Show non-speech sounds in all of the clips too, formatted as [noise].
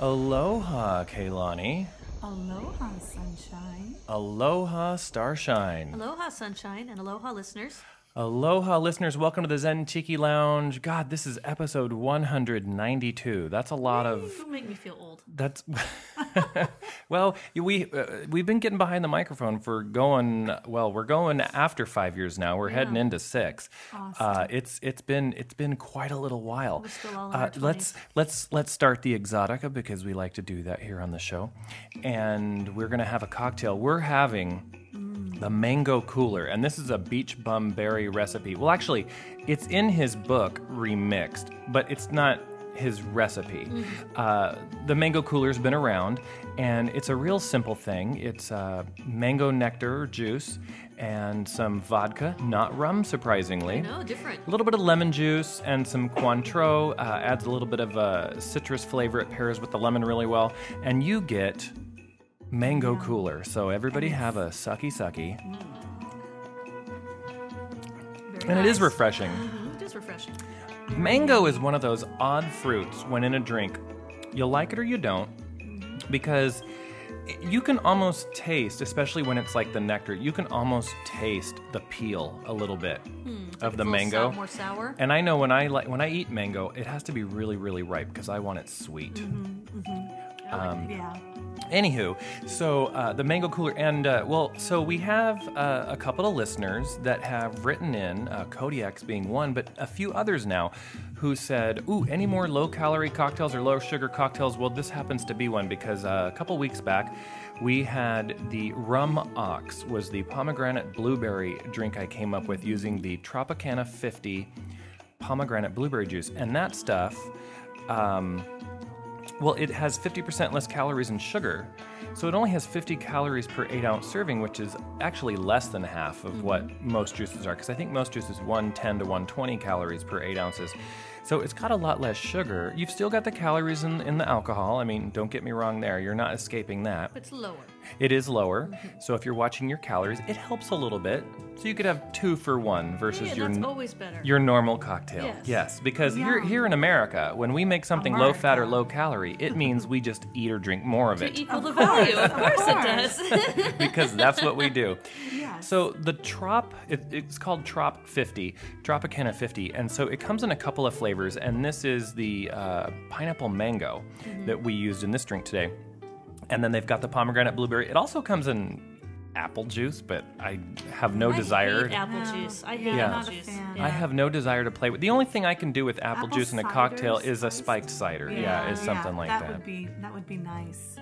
Aloha, Kaylani. Aloha, sunshine. Aloha, Starshine. Aloha, sunshine, and aloha, listeners. Aloha, listeners. Welcome to the Zen Tiki Lounge. God, this is episode 192. That's a lot of. You make me feel old. That's. [laughs] well, we uh, we've been getting behind the microphone for going. Well, we're going after five years now. We're heading into six. Uh, it's it's been it's been quite a little while. We're still all in our let's let's let's start the exotica because we like to do that here on the show, and we're gonna have a cocktail. We're having. The mango cooler, and this is a beach bum berry recipe. Well, actually, it's in his book remixed, but it's not his recipe. Uh, the mango cooler's been around, and it's a real simple thing. It's uh, mango nectar juice and some vodka, not rum, surprisingly. No, different. A little bit of lemon juice and some Cointreau uh, adds a little bit of a citrus flavor. It pairs with the lemon really well, and you get mango cooler. So everybody have a sucky sucky, Very and it is nice. refreshing. Mhm, It is refreshing. Mango is one of those odd fruits when in a drink. You like it or you don't, because you can almost taste, especially when it's like the nectar, you can almost taste the peel a little bit of the It's Hmm. a little mango. sou- more sour. And I know when I like when I eat mango, it has to be really, really ripe because I want it sweet. um, yeah. Anywho, so uh, the mango cooler, and uh, well, so we have uh, a couple of listeners that have written in, uh, Kodiak's being one, but a few others now who said, Ooh, any more low calorie cocktails or low sugar cocktails? Well, this happens to be one because uh, a couple weeks back, we had the Rum Ox, was the pomegranate blueberry drink I came up with using the Tropicana 50 pomegranate blueberry juice. And that stuff, um, well, it has 50% less calories and sugar, so it only has 50 calories per 8 ounce serving, which is actually less than half of what Mm-hmm. most juices are, because I think most juices 110 to 120 calories per 8 ounces. So it's got a lot less sugar. You've still got the calories in, in the alcohol. I mean, don't get me wrong there. You're not escaping that. It's lower. It is lower. Mm-hmm. So if you're watching your calories, it helps a little bit. So you could have two for one versus Yeah, your that's n- always better. your normal cocktail. Yes. because here, here in America, when we make something low fat or low calorie, it means we just eat or drink more of to it equal the value. Of course it does. [laughs] because that's what we do. Yes. So the Trop, it, it's called Trop 50, Tropicana 50, and so it comes in a couple of flavors, and this is the uh, pineapple mango that we used in this drink today, and then they've got the pomegranate blueberry. It also comes in apple juice, but I have no desire. [laughs] I hate apple juice. I Yeah. hate apple I'm not a juice. fan. I have no desire to play with. The only thing I can do with apple, Apple juice in a cider cocktail is a spiced- spiked cider. Yeah, is something like that. that. would be that would be nice.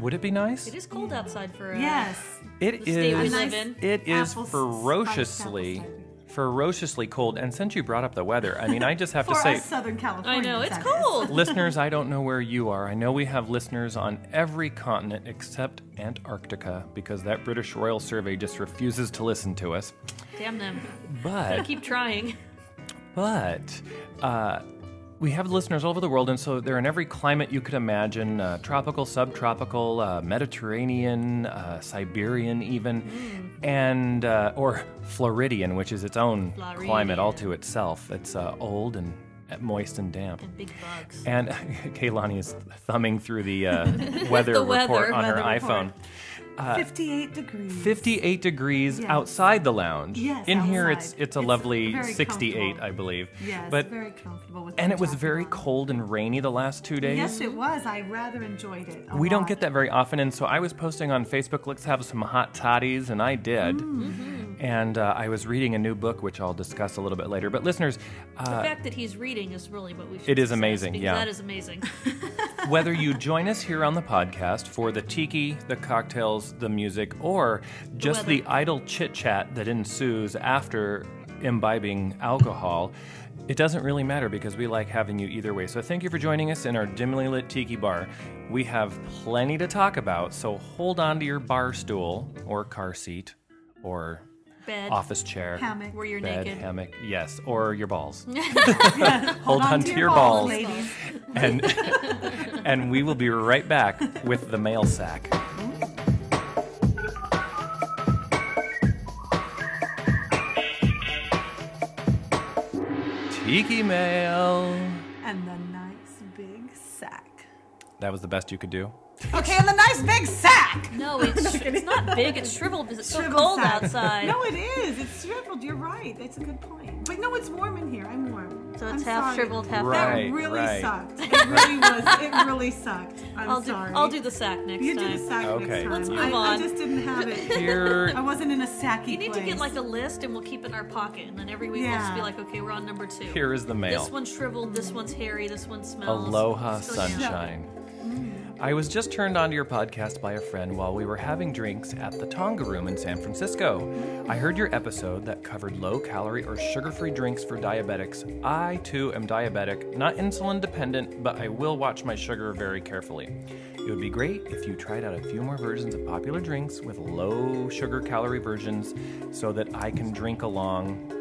Would it be nice? It is cold outside for uh, Yes. It The state we is. live in. It is Apple s- ferociously, spiked apple cider. ferociously cold. And since you brought up the weather, I mean, I just have to For say, us Southern I California. know it's cold. listeners, I don't know where you are. I know we have listeners on every continent except Antarctica because that British Royal Survey just refuses to listen to us. Damn them. But Keep trying. But uh, we have listeners all over the world, and so they're in every climate you could imagine uh, tropical, subtropical, uh, Mediterranean, uh, Siberian, even, Mm. and uh, or Floridian, which is its own climate all to itself. It's uh, old and moist and damp. And [laughs] big bugs. And [laughs] Kaylani is thumbing through the [laughs] uh, weather The report weather, on her weather iPhone. report. Uh, Fifty-eight degrees. 58 degrees Yes. outside the lounge. Yes, In here, it's outside. it's a It's lovely very 68, comfortable. I believe. Yes, but very comfortable with. and the it was jacket very on. cold and rainy the last two days. Yes, it was. I rather enjoyed it. a we don't lot. get that very often, and so I was posting on Facebook, let's have some hot toddies, and I did. And uh, I was reading a new book, which I'll discuss a little bit later. But listeners, the uh, fact that he's reading is really what we should. It is discuss, amazing, because yeah. That is amazing. [laughs] whether you join us here on the podcast for the tiki, the cocktails, the music, or just the, idle chit chat that ensues after imbibing alcohol, it doesn't really matter because we like having you either way. So thank you for joining us in our dimly lit tiki bar. We have plenty to talk about, so hold on to your bar stool or car seat or Bed. office chair. hammock. Where you're Bed, naked. hammock, yes, or your balls. Hold on to your balls. ladies. and and we will be right back with the mail sack. Tiki mail. And the nice big sack. That was the best you could do. Okay, in the nice big sack. No, [laughs] it's, sh- it's not big. It's shriveled because it's so Shriveled cold sack. outside. No, it is. It's shriveled. You're right. That's a good point. But no, it's warm in here. I'm warm. So it's I'm half sorry. shriveled, half Right. That really right. [laughs] sucked. It really was. It really sucked. I'm I'll do. sorry. I'll do the sack next You time. do the sack Okay. next time. Let's move I, I on. just didn't have it. Here, [laughs] I wasn't in a sacky You need to get like place. a list, and we'll keep it in our pocket, and then every week we'll just be Yeah. like, okay, we're on number two. here is the mail. This one's shriveled. This one's hairy. This one smells. Aloha So, yeah. sunshine. Mm. I was just turned onto your podcast by a friend while we were having drinks at the Tonga Room in San Francisco. I heard your episode that covered low calorie or sugar free drinks for diabetics. I too am diabetic, not insulin dependent, but I will watch my sugar very carefully. It would be great if you tried out a few more versions of popular drinks with low sugar calorie versions so that I can drink along.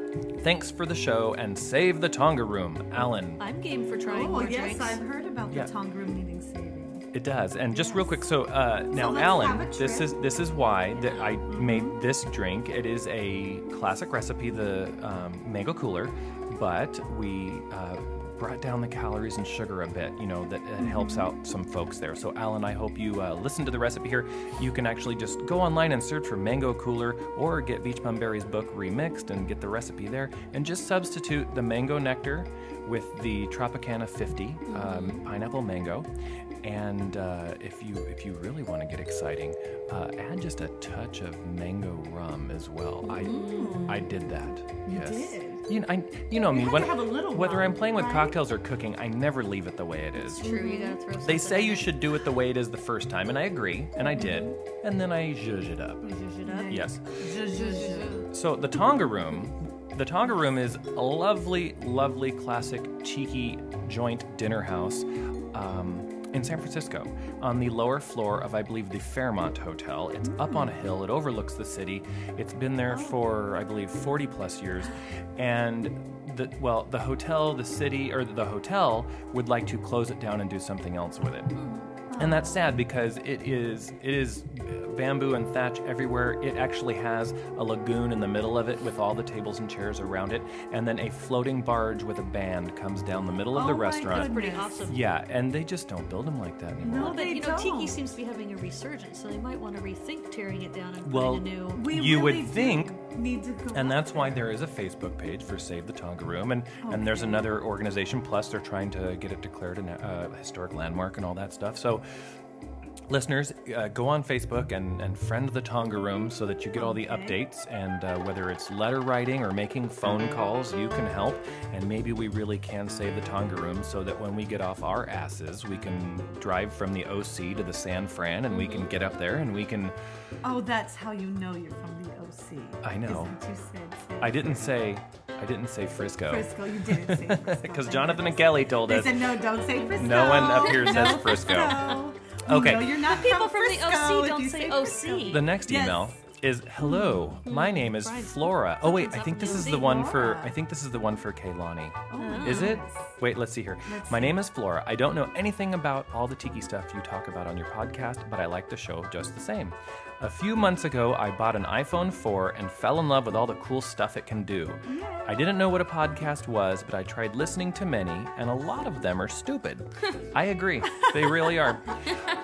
Thanks for the show and save the Tonga Room, Alan. I'm game for trying Oh more yes, drinks. I've heard about Yeah. the tongue room needing saving. It does, and just real quick. So uh, now, let's have Alan, a this trip. is this is why that I made this drink. It is a classic recipe, the um, mango cooler, but we uh, brought down the calories and sugar a bit. You know that it Mm-hmm. helps out some folks there. So, Alan, I hope you uh, listen to the recipe here. You can actually just go online and search for mango cooler, or get Beach Bum Berry's book remixed and get the recipe there, and just substitute the mango nectar with the Tropicana 50 um, Mm-hmm. pineapple mango. And uh, if you if you really want to get exciting, uh, add just a touch of mango rum as well. I I did that. You yes. Mm. did? You know, I, you know me. had when- to have a little whether rum, I'm playing with right? cocktails or cooking, I never leave it the way it is. True, you gotta throw. They something say in you it. should do it the way it is the first time, and I agree, and I did, Mm-hmm. and then I zhuzh it up. Zhuzh it up. Yes. Zhuzh. So the Tonga Room, the Tonga Room is a lovely, lovely, classic, cheeky joint dinner house um, in San Francisco on the lower floor of, I believe, the Fairmont Hotel. It's up on a hill. It overlooks the city. It's been there for, I believe, 40 plus years, and. The, well, the hotel, the city, or the hotel would like to close it down and do something else with it. And that's sad because it is it is bamboo and thatch everywhere. It actually has a lagoon in the middle of it with all the tables and chairs around it, and then a floating barge with a band comes down the middle of the Oh my restaurant. That's pretty Goodness. awesome. Yeah, and they just don't build them like that anymore. No, Well, but they you know, Tiki don't. seems to be having a resurgence, so they might want to rethink tearing it down and Well, putting a new. We You would really do think- need to go And up that's why there is a Facebook page for Save the Tonga Room, and, and there's another organization. Plus, they're trying to get it declared a uh, historic landmark and all that stuff. So, listeners, uh, go on Facebook and, and friend the Tonga Room so that you get all the updates. And uh, whether it's letter writing or making phone calls, you can help. And maybe we really can save the Tonga Room so that when we get off our asses, we can drive from the OC to the San Fran, and we can get up there and we can. Oh, that's how you know you're from the OC. I know. Is what you said, said I didn't say. I didn't say Frisco. You didn't [laughs] say Frisco. Because Thank Jonathan and goodness. Kelly told They us said no, don't say Frisco. no one up here says Frisco. No. Okay. No, you're not People from from the Frisco OC if don't you say Frisco. OC. The next Yes. email is hello. My name is Brian's- Flora. Oh wait, I Something's think up this with is the the one for Flora. I think this is the one for Kaylani. Oh my Is it? goodness. Wait, let's see here. Let's My see. name is Flora. I don't know anything about all the tiki stuff you talk about on your podcast, but I like the show just the same. A few months ago, I bought an iPhone 4 and fell in love with all the cool stuff it can do. I didn't know what a podcast was, but I tried listening to many, and a lot of them are stupid. I agree, they really are.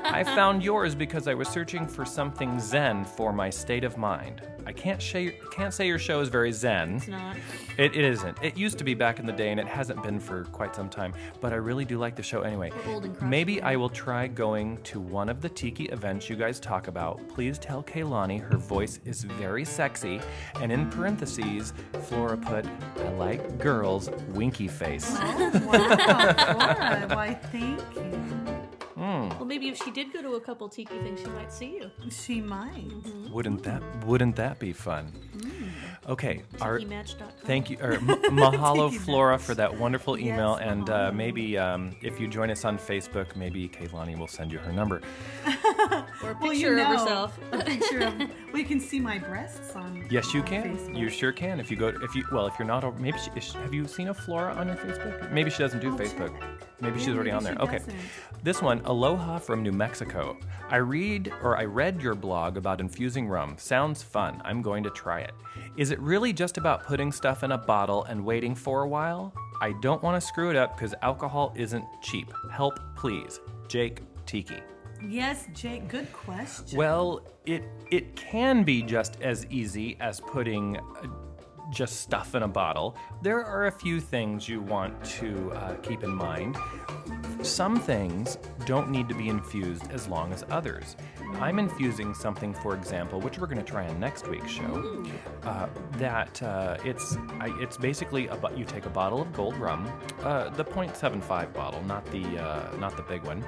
I found yours because I was searching for something zen for my state of mind. I can't, say can't say your show is very zen. It's not. It, it isn't. It used to be back in the day, and it hasn't been for quite some time. But I really do like the show anyway. We're old and crotchety. Maybe I will try going to one of the tiki events you guys talk about. Please tell Kaylani her voice is very sexy. And in parentheses, Flora put, "I like girls, winky face." [laughs] Oh, wow. Flora, Why, thank you. Well, maybe if she did go to a couple tiki things, she might see you. She might. Mhm. Wouldn't that Wouldn't that be fun? Mm. Okay, our, Tikimatch.com. Thank you, [laughs] or m- mahalo Thank you, Flora, for that wonderful Yes, email, and uh, mahalo. maybe um, if you join us on Facebook, maybe Kaylani will send you her number. Or a picture Well, you of know, herself. A picture of. Well, you can see my breasts on. Yes, you on can. Facebook. You sure can. If you go, if you well, if you're not, al- maybe she, is, she- have you seen a Flora on her Facebook? Maybe she doesn't do I'll check. Facebook. Maybe Yeah, she's already Oh, maybe on she there. Okay. doesn't. This one, Aloha from New Mexico. I read or I read your blog about infusing rum. Sounds fun. I'm going to try it. Is it really just about putting stuff in a bottle and waiting for a while? I don't want to screw it up because alcohol isn't cheap. Help, please. Jake tiki? Yes, Jake. Good question. Well, it it can be just as easy as putting uh, just stuff in a bottle. There are a few things you want to uh, keep in mind. Some things don't need to be infused as long as others. I'm infusing something, for example, which we're going to try on next week's show. Uh, that uh, it's I, it's basically a, bo- you take a bottle of gold rum, uh, the .75 bottle, not the uh, not the big one,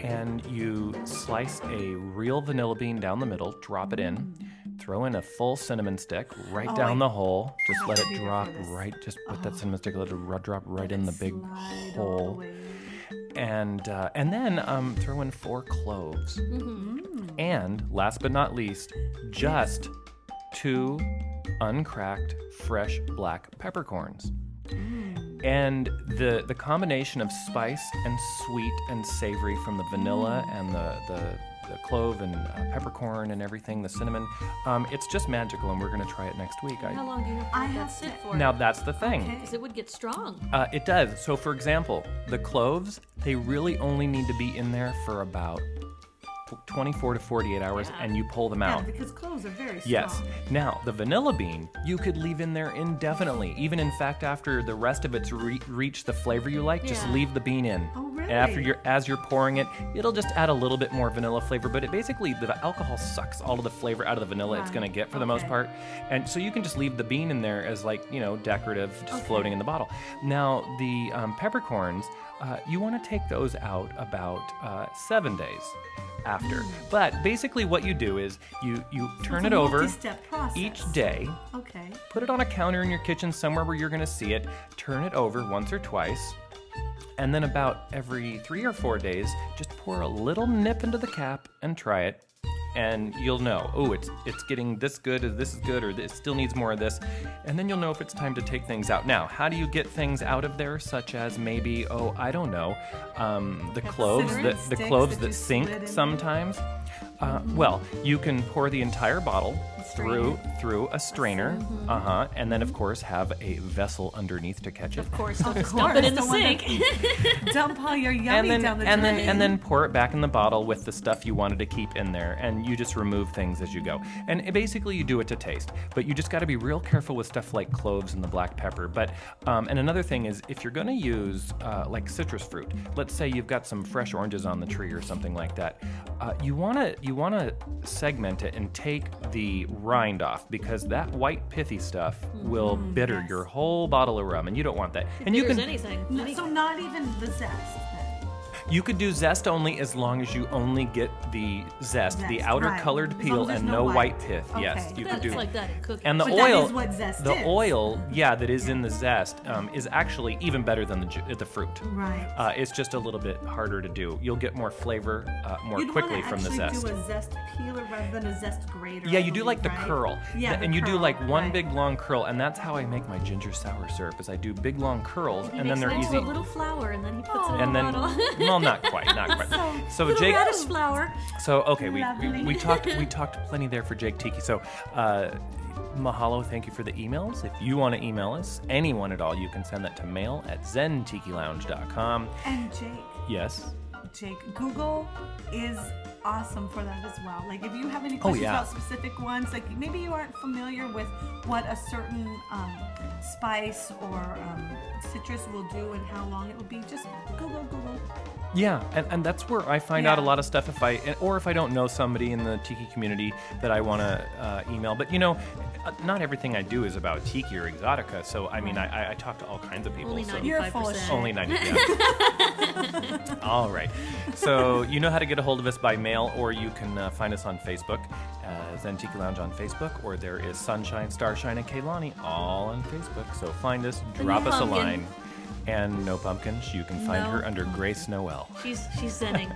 and you slice a real vanilla bean down the middle, drop it in, throw in a full cinnamon stick right Mm. Oh, down I- the hole, just Oh, let I it prefer drop this. right, just put that cinnamon stick, let it ru- drop right in the big Oh, Slide all the hole way. and uh, and then um, throw in four cloves, and last but not least, just two uncracked fresh black peppercorns. And the the combination of spice and sweet and savory from the vanilla and the the, the clove and uh, peppercorn and everything, the cinnamon, um, it's just magical, and we're gonna try it next week. [laughs] How I, long do you I have to let that have sit to- for? now that's the thing. Okay. because it would get strong. Uh, it does. So, for example, the cloves, they really only need to be in there for about 24 to 48 hours and you pull them Yeah, out. because cloves are very strong. Yes. Now, the vanilla bean, you could leave in there indefinitely. Even in fact, after the rest of it's re- reached the flavor you like, just Yeah. leave the bean in. Oh, And after really? you're as you're pouring it, it'll just add a little bit more vanilla flavor. But it basically the alcohol sucks all of the flavor out of the vanilla it's Right. gonna get for the most Okay. part. And so you can just leave the bean in there as like you know decorative, just floating in the bottle. Now the um, peppercorns, uh, you want to take those out about uh, seven days after. Mm. But basically, what you do is you you turn a it over multi-step process. each day. Okay. Put it on a counter in your kitchen somewhere where you're going to see it. Turn it over once or twice. And then, about every three or four days, just pour a little nip into the cap and try it. And you'll know, oh, it's it's getting this good, or this is good, or it still needs more of this. And then you'll know if it's time to take things out. Now, how do you get things out of there? Such as maybe, oh, I don't know, um, the cloves cinnamon that the sticks cloves that that you sink slid in. sometimes. Uh, well, you can pour the entire bottle through through a strainer, uh huh, and then of course have a vessel underneath to catch it. Of course, don't just course, dump it in the don't want sink. [laughs] Dump all your yummy And then, down the and then drain. and then pour it back in the bottle with the stuff you wanted to keep in there, and you just remove things as you go. And it- basically, you do it to taste, but you just got to be real careful with stuff like cloves and the black pepper. But um, and another thing is, if you're going to use uh, like citrus fruit, let's say you've got some fresh oranges on the tree or something like that, uh, you want to you want to segment it and take the rind off because that white pithy stuff Mm-hmm. will bitter your whole bottle of rum, and you don't want that. And you There's can anything. No, Any- so not even the zest. then. you could do zest only as long as you only get the zest, the Zest, outer right. colored As long peel as there's and no no white white. pith. Okay. Yes, you That- could do. it's like that in cooking. and the But that oil, is what zest the is. oil, yeah, that is in the zest um, is actually even better than the ju- the fruit. Right. Uh, it's just a little bit harder to do. You'll get more flavor uh, more You'd quickly wanna from the actually zest. do a zest peeler rather than a zest grater. yeah, I you do believe, like the right? curl. Yeah, Th- the and you do curl, like one right. big long curl, and that's how I make my ginger sour syrup. Is I do big long curls, He and then makes they're it easy. into a little flour, and then he puts it in and a then, [laughs] bottle. well, not quite, [laughs] not quite. So little Jake, radish flour. So okay, we, we, Lovely. we talked [laughs] we talked plenty there for Jake Tiki. So uh, mahalo, thank you for the emails. If you want to email us, anyone at all, you can send that to mail at zentikilounge.com. And Jake, Yes. Jake, Google is awesome for that as well. Like if you have any questions Oh, yeah. about specific ones, like maybe you aren't familiar with what a certain um, spice or um, citrus will do and how long it will be, just Google, Google. Yeah, and, and that's where I find out a Yeah. lot of stuff if I and- or if I don't know somebody in the tiki community that I want to uh, email. But you know, uh, not everything I do is about tiki or exotica. So I mean, I, I- I talk to all kinds of people. Only so- 95%. You're full of [laughs] shit. Only 90. Yeah. All right. So you know how to get a hold of us by mail, or you can uh, find us on Facebook, uh, Zen Tiki Lounge on Facebook, or there is Sunshine, Starshine, and Kaylani all on Facebook. So find us, And drop no us a pumpkin. line. And no pumpkins. You can find No her under Grace Noel. She's [laughs] she's zenning.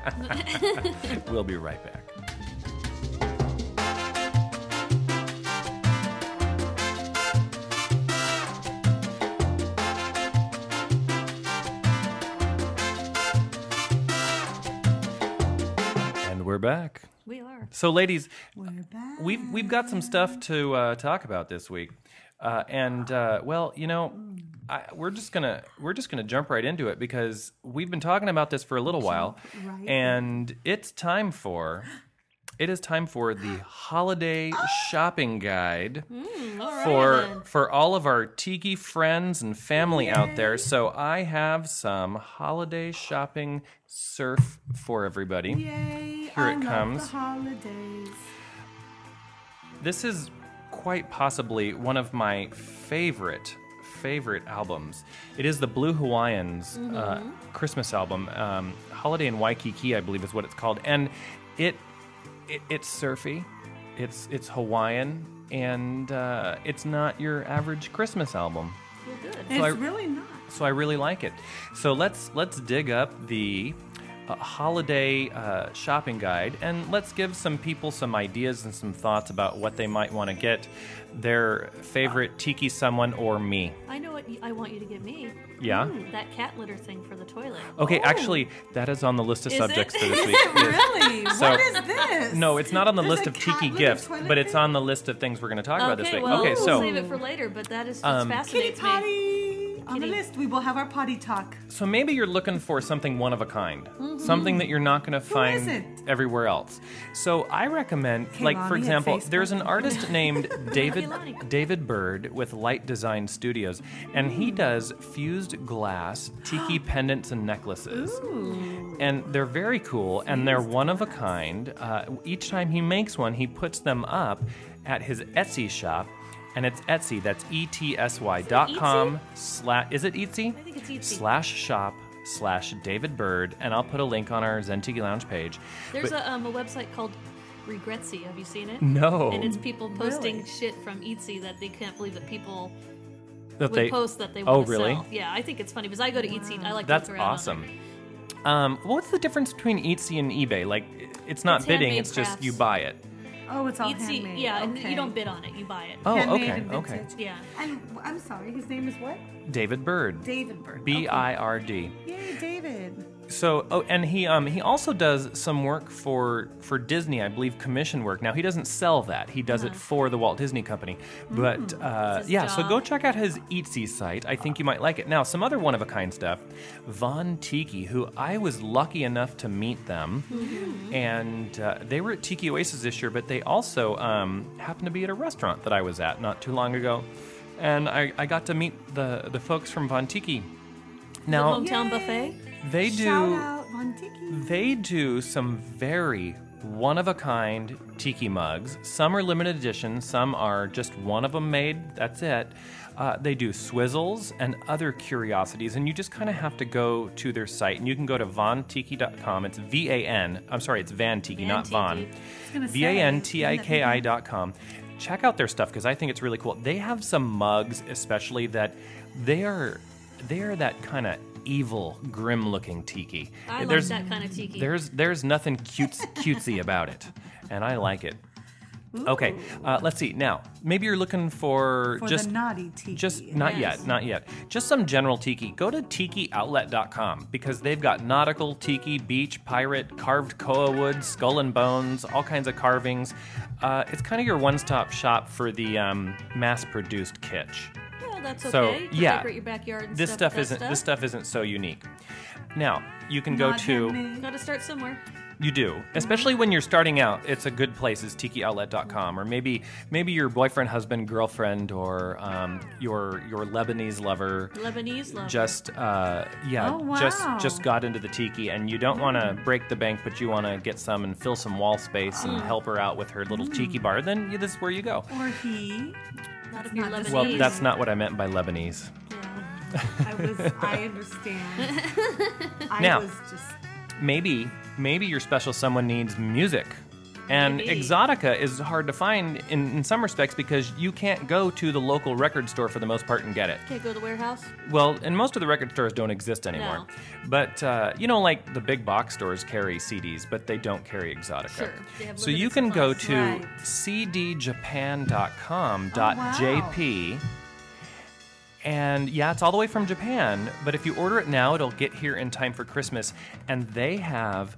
We'll be right back. And we're back. we are. So, ladies, We're back. we've we've got some stuff to uh, talk about this week. Uh, and uh, well, you know, I, we're just gonna we're just gonna jump right into it because we've been talking about this for a little while, right in. and it's time for it is time for the holiday shopping guide All right, for then. for all of our tiki friends and family out there. So I have some holiday shopping surf for everybody. Yay! Here I it love comes. The holidays. This is quite possibly one of my favorite favorite albums. It is the Blue Hawaiians uh, Christmas album, um, Holiday in Waikiki, I believe is what it's called, and it, it it's surfy, it's it's Hawaiian, and uh, it's not your average Christmas album. Well, good. It's I- really not. So I really like it. So let's let's dig up the uh, holiday uh, shopping guide and let's give some people some ideas and some thoughts about what they might want to get their favorite tiki someone or me. I know what you, I want you to get me. Yeah? Mm, that cat litter thing for the toilet. Okay, Oh. actually, that is on the list of Is subjects it? for this Is week. Yes. Really? [laughs] So- what is this? No, it's not on the There's list a of cat tiki litter gifts, toilet but it's thing? on the list of things we're going to talk about this okay, week. well, okay, we'll so save it for later, but that is just Um, Kitty fascinates me. potty. On the Kitty. list, we will have our potty talk. So maybe you're looking for something one of a kind, Mm-hmm. something that you're not going to find isn't? everywhere else. So I recommend, Hey, like for mommy, at example, Facebook. there's an [laughs] artist named David Lonnie. David Bird with Light Design Studios, and he Mm. does fused glass [gasps] tiki pendants and necklaces. And they're very cool, and they're one of a kind. Uh, each time he makes one, he puts them up at his Etsy shop. And it's Etsy. That's E T S Y dot com slash. Is it Etsy? E I think it's E Etsy. Slash shop slash David Bird, and I'll put a link on our Zen Tiki Lounge page. There's a, um, a website called Regretsy. Have you seen it? No, And it's people posting Really? shit from Etsy that they can't believe that people that would they- post that they Oh, want to really? sell. Yeah, I think it's funny because I go to Etsy. I like That's to look around on awesome. there. Um, what's the difference between Etsy and eBay? Like, it's not It's bidding; handmade it's just crafts. you buy it. Oh, it's all Etsy, handmade. yeah, and Okay. you don't bid on it, you buy it. Oh, Handmade okay, and okay. vintage. Yeah. And I'm sorry, his name is what? David Bird, David Bird. B Okay. I R D. Yay, David. So, oh, and he um he also does some work for for Disney, I believe, commission work. Now he doesn't sell that; he does it for the Walt Disney Company. But uh, his yeah, so job. go check out his Etsy site. I think you might like it. Now, some other one of a kind stuff. Von Tiki, who I was lucky enough to meet them, and uh, they were at Tiki Oasis this year, but they also um, happened to be at a restaurant that I was at not too long ago, and I, I got to meet the the folks from Von Tiki. Now the hometown Yay. buffet. they do Shout out Von Tiki. they do some very one of a kind tiki mugs. Some are limited edition, some are just one of them made, that's it. Uh, they do swizzles and other curiosities, and you just kind of have to go to their site. And you can go to vontiki.com. It's V A N. I'm sorry, it's Van Tiki, Van not Tiki. Von. gonna say, V A N T I K I dot com. Check out their stuff because I think it's really cool. They have some mugs, especially that they are they are that kind of evil, grim looking tiki. I love There's- that kind of tiki. there's there's nothing cutes, cutesy about it, and I like it. Okay, uh, let's see. Now, maybe you're looking for, For just the naughty Tiki. just not Yes. yet, not yet. Just some general tiki. Go to tikioutlet.com because they've got nautical tiki, beach, pirate, carved koa wood, skull and bones, all kinds of carvings. Uh, it's kind of your one-stop shop for the um, mass-produced kitsch Well, that's okay. So, you yeah. can decorate your backyard and this stuff, stuff with that isn't this stuff isn't so unique. Now you can go Not to handmade. Got to start somewhere. you do, especially when you're starting out. It's a good place is tikioutlet.com, or maybe maybe your boyfriend, husband, girlfriend, or um, your your Lebanese lover. Lebanese love. Just uh, yeah, Oh, wow. just just got into the tiki, and you don't want to break the bank, but you want to get some and fill some wall space and Mm. help her out with her little tiki bar. Then you, this is where you go. Or he. not if you're not Lebanese. just- Well, that's not what I meant by Lebanese. Yeah. I was. I understand. [laughs] I Now. was just. maybe maybe your special someone needs music and Maybe. exotica is hard to find in, in some respects because you can't go to the local record store for the most part and get it Can't go to the warehouse. well and most of the record stores don't exist anymore No. but uh, you know like the big box stores carry cds but they don't carry exotica Sure, they have so limited you can go to supplies. Right. cdjapan.com.jp and yeah, it's all the way from Japan. But if you order it now, it'll get here in time for Christmas. And they have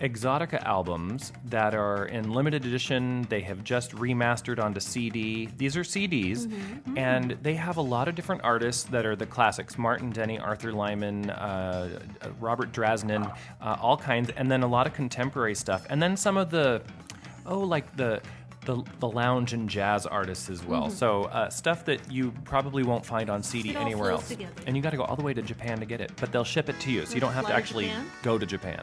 Exotica albums that are in limited edition. They have just remastered onto CD. These are CDs, and they have a lot of different artists that are the classics Martin Denny, Arthur Lyman, uh, uh, Robert Drasnan, uh, all kinds, and then a lot of contemporary stuff. And then some of the, oh, like the. The, the lounge and jazz artists as well. Mm-hmm. So uh, stuff that you probably won't find on CD It all anywhere flows else, together. and you got to go all the way to Japan to get it. But they'll ship it to you, so you don't have to Fly to actually Japan? go to Japan.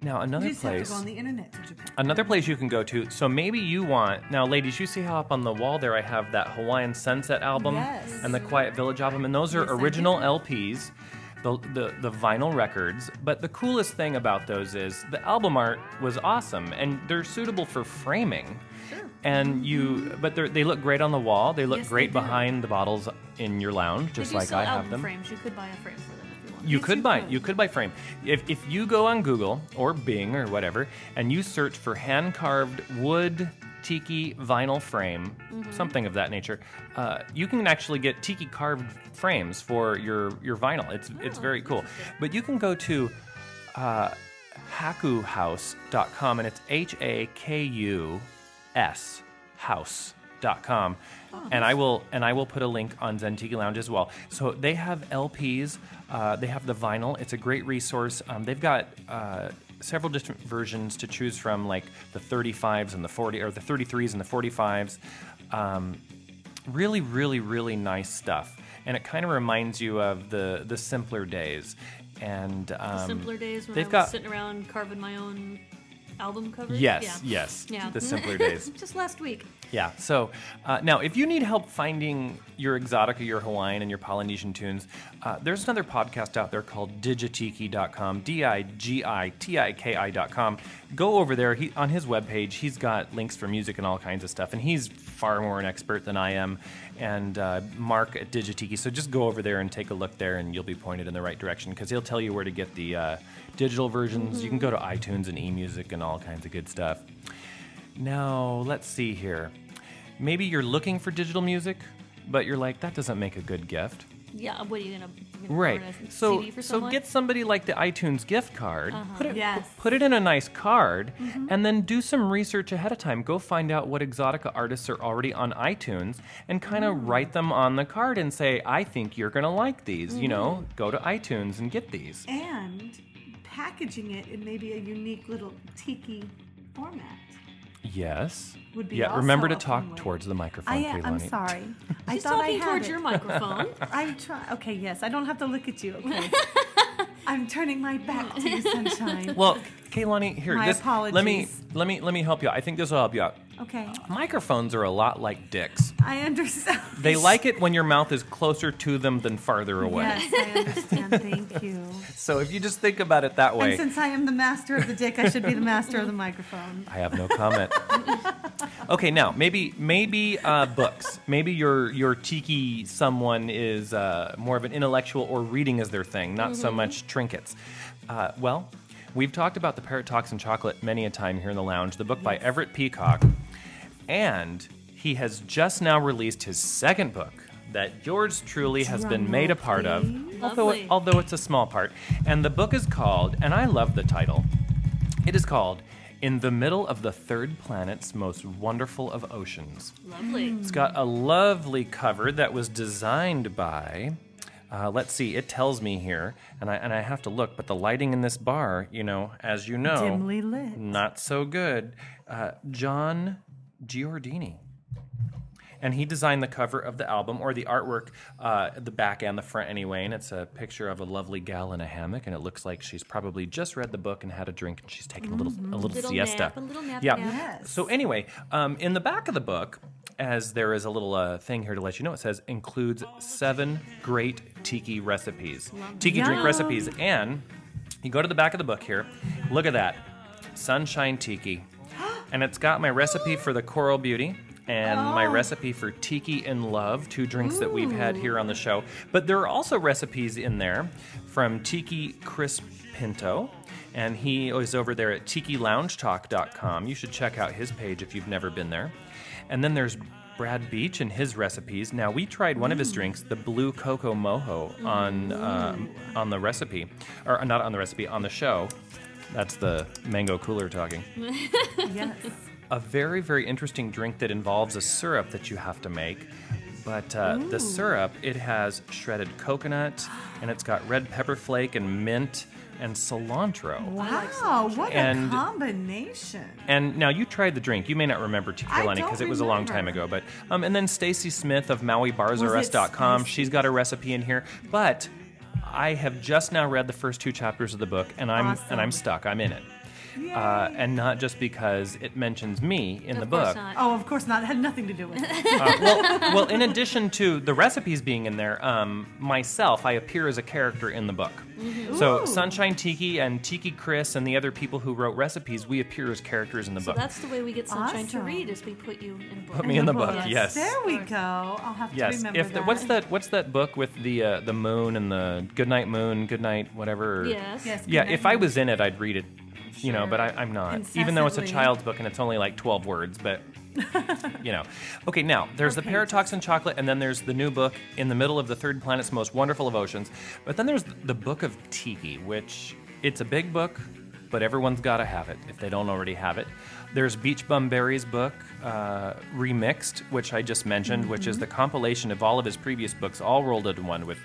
Now You another just have to place, go on the internet to Japan. another place you can go to. So maybe you want now, ladies. You see how up on the wall there, I have that Hawaiian Sunset album Yes. and the Quiet Village album, and those are Yes, I did original that. LPs, the, the the vinyl records. But the coolest thing about those is the album art was awesome, and they're suitable for framing. Sure. And you, but they're- they look great on the wall. They look Yes, they great do. behind the bottles in your lounge, They just do like sell I have album them. frames. You could buy a frame for them if you want. You Yes, could you buy could. you could buy frame. If if you go on Google or Bing or whatever and you search for hand carved wood tiki vinyl frame, something of that nature, uh, you can actually get tiki carved frames for your your vinyl. It's it's very cool. But you can go to uh, hakuhouse.com and it's H A K U S house.com and I will and I will put a link on Zentiki Lounge as well. So they have LPs, uh, they have the vinyl. It's a great resource. Um, they've got uh, several different versions to choose from, like the 35s and the 40 or the 33s and the 45s. Um, really really really nice stuff, and it kind of reminds you of the the simpler days. And um, Simpler days when I they've was got- sitting around carving my own album covers. Yes, Yeah. yes. Yeah. [laughs] The simpler days. Just last week. Yeah. So uh, now, if you need help finding your exotica, your Hawaiian, and your Polynesian tunes, uh, there's another podcast out there called digitiki.com, D I G I T I K I.com. Go over there. He, on his webpage, he's got links for music and all kinds of stuff. And he's far more an expert than I am. And uh, Mark at Digitiki. So just go over there and take a look there, and you'll be pointed in the right direction because he'll tell you where to get the uh, digital versions. You can Mm-hmm. go to iTunes and eMusic and all kinds of good stuff. Now, let's see here. Maybe you're looking for digital music, but you're like, that doesn't make a good gift. Yeah. What are you gonna? you gonna Right. burn a So, CD for so someone? get somebody like the iTunes gift card, put, it, Yes. put it in a nice card, Mm-hmm. and then do some research ahead of time. Go find out what Exotica artists are already on iTunes and kind Mm. of write them on the card and say, I think you're going to like these. You know, Mm-hmm. go to iTunes and get these. And packaging it in maybe a unique little tiki format Yes. would be. yeah, also remember to a fun talk way. towards the microphone, I am. I'm Kehlani. [laughs] sorry. I She's thought I talking had towards it. your microphone. [laughs] I'm trying. Okay, yes. I don't have to look at you. [laughs] Okay. I'm turning my back to you, sunshine. [laughs] Well, Kaylani, here. My this, Let me apologies. let me let me help you out. I think this will help you out. okay. Microphones are a lot like dicks. I understand. They [laughs] like it when your mouth is closer to them than farther away. Yes, I understand. [laughs] Thank you. So if you just think about it that way, And since I am the master of the dick, I should be the master of the microphone. I have no comment. [laughs] okay, now maybe maybe uh, books. Maybe your your tiki someone is uh, more of an intellectual or reading is their thing, not so much trinkets. Uh, well, we've talked about the Parrot Talks and Chocolate many a time here in the lounge. The book by Everett Peacock, and he has just now released his second book that yours truly has been Drum made a roll, part of, please. although Lovely. although it's a small part. And the book is called, and I love the title. It is called In the Middle of the Third Planet's Most Wonderful of Oceans. Lovely. It's got a lovely cover that was designed by. Uh, let's see. It tells me here, and I and I have to look. But the lighting in this bar, you know, as you know, Mm. Dimly lit. not so good. Uh, John Giordini. And he designed the cover of the album, or the artwork, uh, the back and the front anyway. And it's a picture of a lovely gal in a hammock, and it looks like she's probably just read the book and had a drink, and she's taking a little a little, Little siesta. nap, a Mm-hmm. little nap yeah. nap. Yes. So anyway, um, in the back of the book, as there is a little uh, thing here to let you know, it says includes seven great tiki recipes, tiki drink Yum. recipes, and you go to the back of the book here. Look at that, sunshine tiki, and it's got my recipe for the coral beauty. And my recipe for tiki in love, two drinks that we've had here on the show. But there are also recipes in there from Tiki Crisp Pinto, and he is over there at tikiloungetalk.com. You should check out his page if you've never been there. And then there's Brad Beach and his recipes. Now we tried one of his drinks, the blue cocoa mojo, on uh, on the recipe, or not on the recipe, on the show. That's the mango cooler talking. yes. A very, very interesting drink that involves a syrup that you have to make. But uh, the syrup, it has shredded coconut, and it's got red pepper flake and mint and cilantro. Wow, what a And- combination. And now you tried the drink. You may not remember Tiki I Kalani don't because it was a long time remember. ago. But um, and then Stacy Smith of Was it MauiBarsRUs.com. spicy? She's got a recipe in here. But I have just now read the first two chapters of the book, and I'm and I'm Awesome. stuck. I'm in it, uh, and not just because it mentions me in the of course book. not. Oh, of course not. It had nothing to do with it. Uh, well, well, in addition to the recipes being in there, um, myself, I appear as a character in the book. So Ooh. Sunshine Tiki and Tiki Chris and the other people who wrote recipes, we appear as characters in the So book. that's the way we get sunshine to Awesome. read is we put you in book. Put [laughs] me in the book. Yes. There we go. I'll have to Yes. remember If that. the, what's that? What's that book with the uh, the moon and the good night moon, good night whatever? Yes. Yes. Yeah. If I Goodnight was in it, I'd read it. You know, but I, I'm not. Even though it's a Incessantly. child's book and it's only like 12 words, but you know. Okay, now there's the Okay. Paradox and Chocolate, and then there's the new book in the middle of the third planet's most wonderful of oceans. But then there's the Book of Tiki, which it's a big book, but everyone's got to have it if they don't already have it. There's Beach Bum Berry's book, uh, Remixed, which I just mentioned, which is the compilation of all of his previous books, all rolled into one with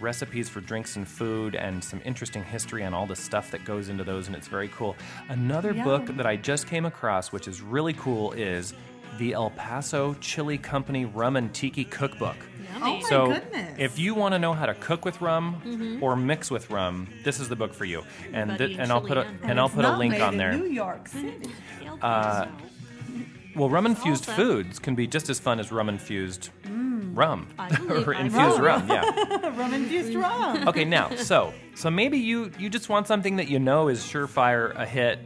recipes for drinks and food and some interesting history and all the stuff that goes into those, and it's very cool. Another book that I just came across, which is really cool, is the El Paso Chili Company Rum and Tiki Cookbook. Oh Yummy. my so, goodness. Mm-hmm. if you want to know how to cook with rum or mix with rum, this is the book for you. And Everybody thi- in and I'll Chile put a and- and I'll it's put a not link made on in there. New York [laughs] City. El Uh, Paso. Well, rum infused Salsa. foods can be just as fun as rum infused Mm. rum I believe [laughs] or I infused will. rum. Yeah. [laughs] rum infused rum. okay now so so maybe you you just want something that you know is surefire a hit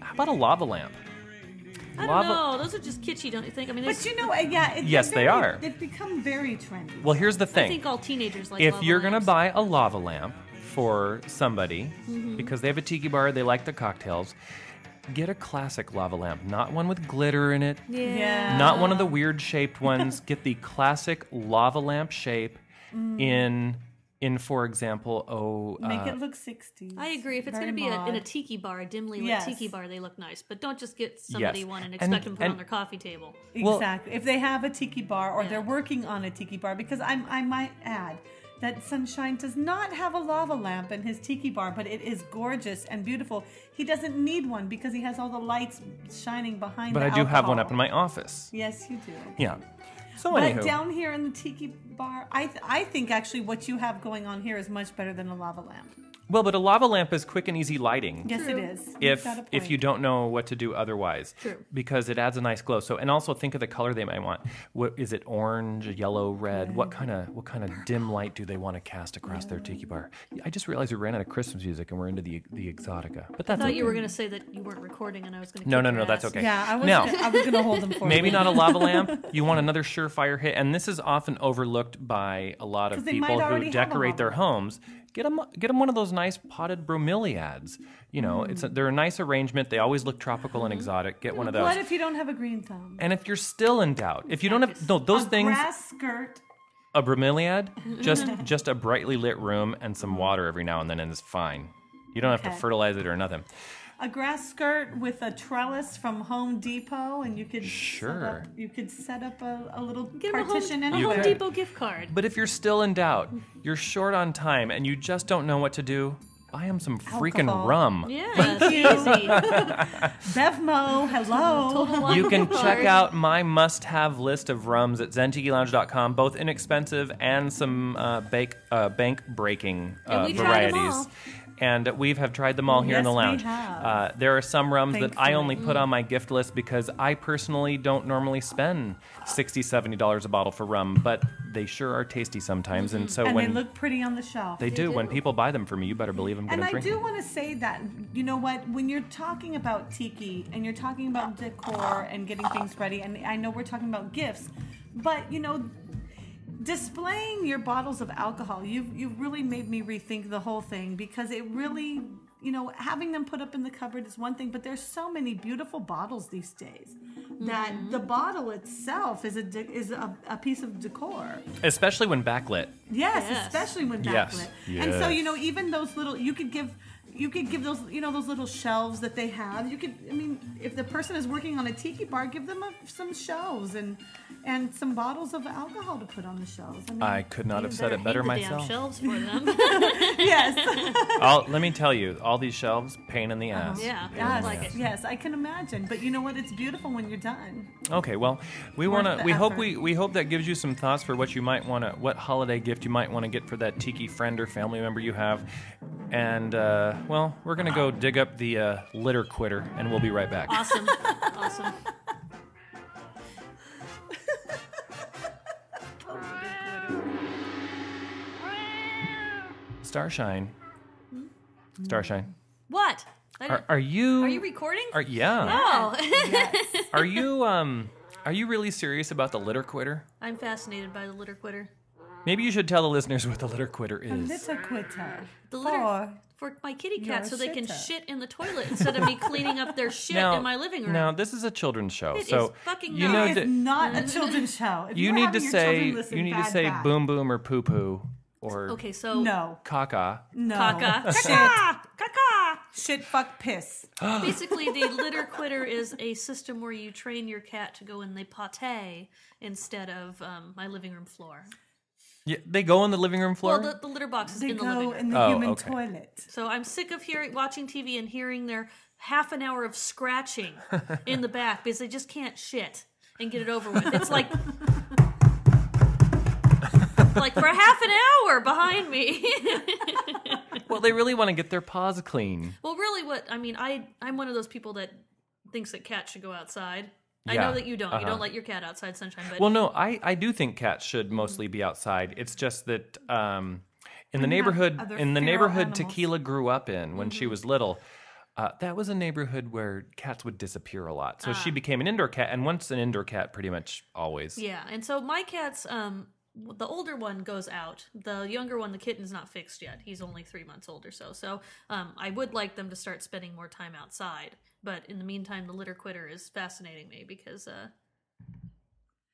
how about a lava lamp I don't lava- know. Those are just kitschy, don't you think? I mean, But it's- you know, uh, yeah. It, Yes, they're they very- are. They've become very trendy. well here's the I thing think all teenagers like. if lava you're gonna lamps. buy a lava lamp for somebody Mm-hmm. because they have a tiki bar they like the cocktails get a classic lava lamp not one with glitter in it yeah. Yeah. not one of the weird [laughs] shaped ones get the classic lava lamp shape in in for example oh Mm. Make uh, it look 60s. I agree. If it's Very going to be a, in a mod. tiki bar, a dimly lit Yes. tiki bar, they look nice. But don't just get somebody one and And- expect them to put it and- on their coffee table. Well- Exactly. if they have a tiki bar or Yeah. they're working on a tiki bar, because I'm, I might add that Sunshine does not have a lava lamp in his tiki bar, but it is gorgeous and beautiful. He doesn't need one because he has all the lights shining behind. but the i do have one alcohol. up in my office Yes, you do. yeah so But anywho down here in the tiki bar, I th- I think actually what you have going on here is much better than a lava lamp. Well, but a lava lamp is quick and easy lighting. Yes, True. it is. You've If got a if you point. don't know what to do otherwise, True. because it adds a nice glow. So and also think of the color they might want. What is it? Orange, yellow, red? What kind of what kind of dim light do they want to cast across their tiki bar? I just realized we ran out of Christmas music and we're into the the exotica. But that's I thought okay. you were going to say that you weren't recording and I was going to. No, no, no, that's okay. Yeah, I was Now- gonna, I was gonna hold them for Maybe [laughs] you. not a lava lamp. You want another surefire hit, and this is often overlooked by a lot 'Cause of they might people already who have a decorate lava their lamp. homes. Get them, get 'em one of those nice potted bromeliads. You know, it's Hmm. a, they're a nice arrangement. They always look tropical Mm-hmm. and exotic. Get one of those. What if you don't have a green thumb? and if you're still in doubt, if you don't have no those a things, Grass skirt. a bromeliad, [laughs] just just a brightly lit room and some water every now and then, and it's fine. You don't have Okay. to fertilize it or nothing. a grass skirt with a trellis from Home Depot, and you could set Sure. up- you could set up a, a little Get him a Home, partition and a You Home could. Depot gift card. But if you're still in doubt, you're short on time, and you just don't know what to do, buy him some freaking Alcohol. rum. Yeah, easy. Bevmo. Hello. Total [laughs] wine [laughs] You can card. check out my must have list of rums at zentikilounge.com, both inexpensive and some uh, bake, uh, bank breaking uh, And we tried 'em varieties. all. And we have tried them all here in Yes, the we lounge. have. Uh, there are some rums that I Thankfully. only put on my gift list because I personally don't normally spend $60, $70 a bottle for rum, but they sure are tasty sometimes. And so And when they look pretty on the shelf. they do, when do. people buy them from me, you better believe I'm going and to I drink do them. want to say that you know what when you're talking about tiki and you're talking about decor and getting things ready, and I know we're talking about gifts, but you know, displaying your bottles of alcohol, you've you've really made me rethink the whole thing because it really. You know, having them put up in the cupboard is one thing, but there's so many beautiful bottles these days that the bottle itself is a de- is a, a piece of decor. Especially when backlit. Yes, Yes. especially when backlit. Yes. And so Yes. you know, even those little, you could give you could give those you know those little shelves that they have. You could I mean if the person is working on a tiki bar, give them a, some shelves and and some bottles of alcohol to put on the shelves. I mean, [laughs] I could not have said it better hang the damn myself. shelves for them. yes, I'll, let me tell you, all these shelves, pain in the ass. Uh-huh. yeah, [laughs] I yes, don't like it. yes, I can imagine. But you know what? It's beautiful when you're done. Okay, well, we Worth want to. the We hope effort. we we hope that gives you some thoughts for what you might want to, what holiday gift you might want to get for that tiki friend or family member you have. And uh, well, we're gonna go dig up the uh, litter quitter, and we'll be right back. Awesome, awesome. Starshine, Starshine, What? I are, don't- are you? Mm-hmm. Are you recording? Are, yeah. oh, [laughs] Are you um? Are you really serious about the litter quitter? [laughs] I'm fascinated by the litter quitter. Maybe you should tell the listeners what the litter quitter Um, is. Little quitter. The litter Or- for my kitty You're a cat, so they can shitter. shit in the toilet instead of me cleaning up [laughs] their shit in my living room. Now this is a children's show, It so is fucking you not. know It Oh, It's that not a children's show. If you you're need to having your say children listen you need to bad, say bad. boom boom or poo poo or okay, so No, caca. no. Caca. Shit. Caca. Shit. Fuck. Piss. Basically, the litter quitter is a system where you train your cat to go in the pate instead of um, my living room floor. Yeah, they go on the living room floor. Well, the, the litter box is They in the living go room. in the Oh, human okay. toilet. So I'm sick of hearing, watching TV and hearing their half an hour of [laughs] scratching in the back because they just can't shit and get it over with. [laughs] It's like, like for half an hour behind me. [laughs] well, they really want to get their paws clean. well, really, what I mean, I I'm one of those people that thinks that cats should go outside. I Yeah, know that you don't. You uh-huh. don't let your cat outside, sunshine. But Well, no, I I do think cats should mostly be outside. It's just that um, in the you have neighborhood other in the feral neighborhood animals. Mm-hmm. Tequila grew up in when she was little. Uh, that was a neighborhood where cats would disappear a lot. So Ah. she became an indoor cat, and once an indoor cat, pretty much always. Yeah, and so my cat's um w- the older one goes out. The younger one, the kitten's not fixed yet. He's only three months old or so. So um, I would like them to start spending more time outside. But in the meantime, the litter quitter is fascinating me because uh,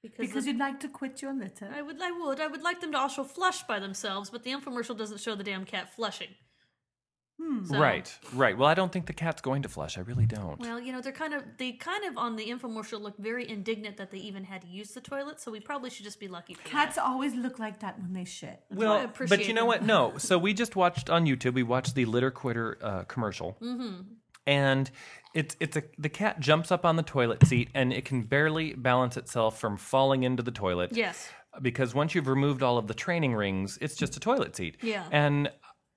because, Because the- Oh, you'd like to quit your litter. I would I would I would like them to also flush by themselves. But the infomercial doesn't show the damn cat flushing. Hmm. So- Right, right. Well, I don't think the cat's going to flush. I really don't. Well, you know, they're kind of they kind of on the infomercial look very indignant that they even had to use the toilet. So we probably should just be lucky. For that. Cats always look like that when they shit. why I Well, but appreciate you know them. what? No. So we just watched on YouTube. We watched the litter quitter uh, commercial, mm-hmm. and it's it's a the cat jumps up on the toilet seat and it can barely balance itself from falling into the toilet. Yes. Because once you've removed all of the training rings, it's just a toilet seat. Yeah. And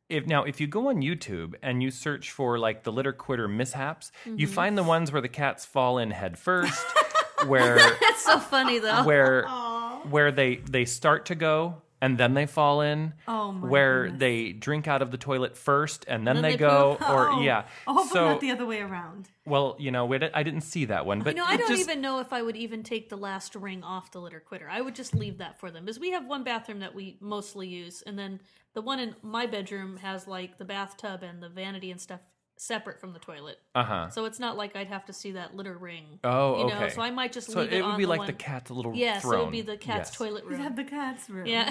if now if you go on YouTube and you search for like the litter quitter mishaps, you Mm-hmm. find the ones where the cats fall in head first, [laughs] where That's so funny [laughs] though. where [laughs] where they they start to go and then they fall in. Oh, my where they drink out of the toilet first and then, Then they, they go, poop. or Oh, yeah. Hopefully so not the other way around. well, you know, we di- I didn't see that one, but You know, I it don't just- even know if I would even take the last ring off the litter quitter. I would just leave that for them because we have one bathroom that we mostly use, and then the one in my bedroom has like the bathtub and the vanity and stuff separate from the toilet. Uh Uh-huh. So it's not like I'd have to see that litter ring. Oh, you know, okay. So I might just So leave it, it, would on be like one. the cat's little Yeah, throne. so it would be the cat's Yes. toilet [laughs] We room. have the cat's room. Yeah,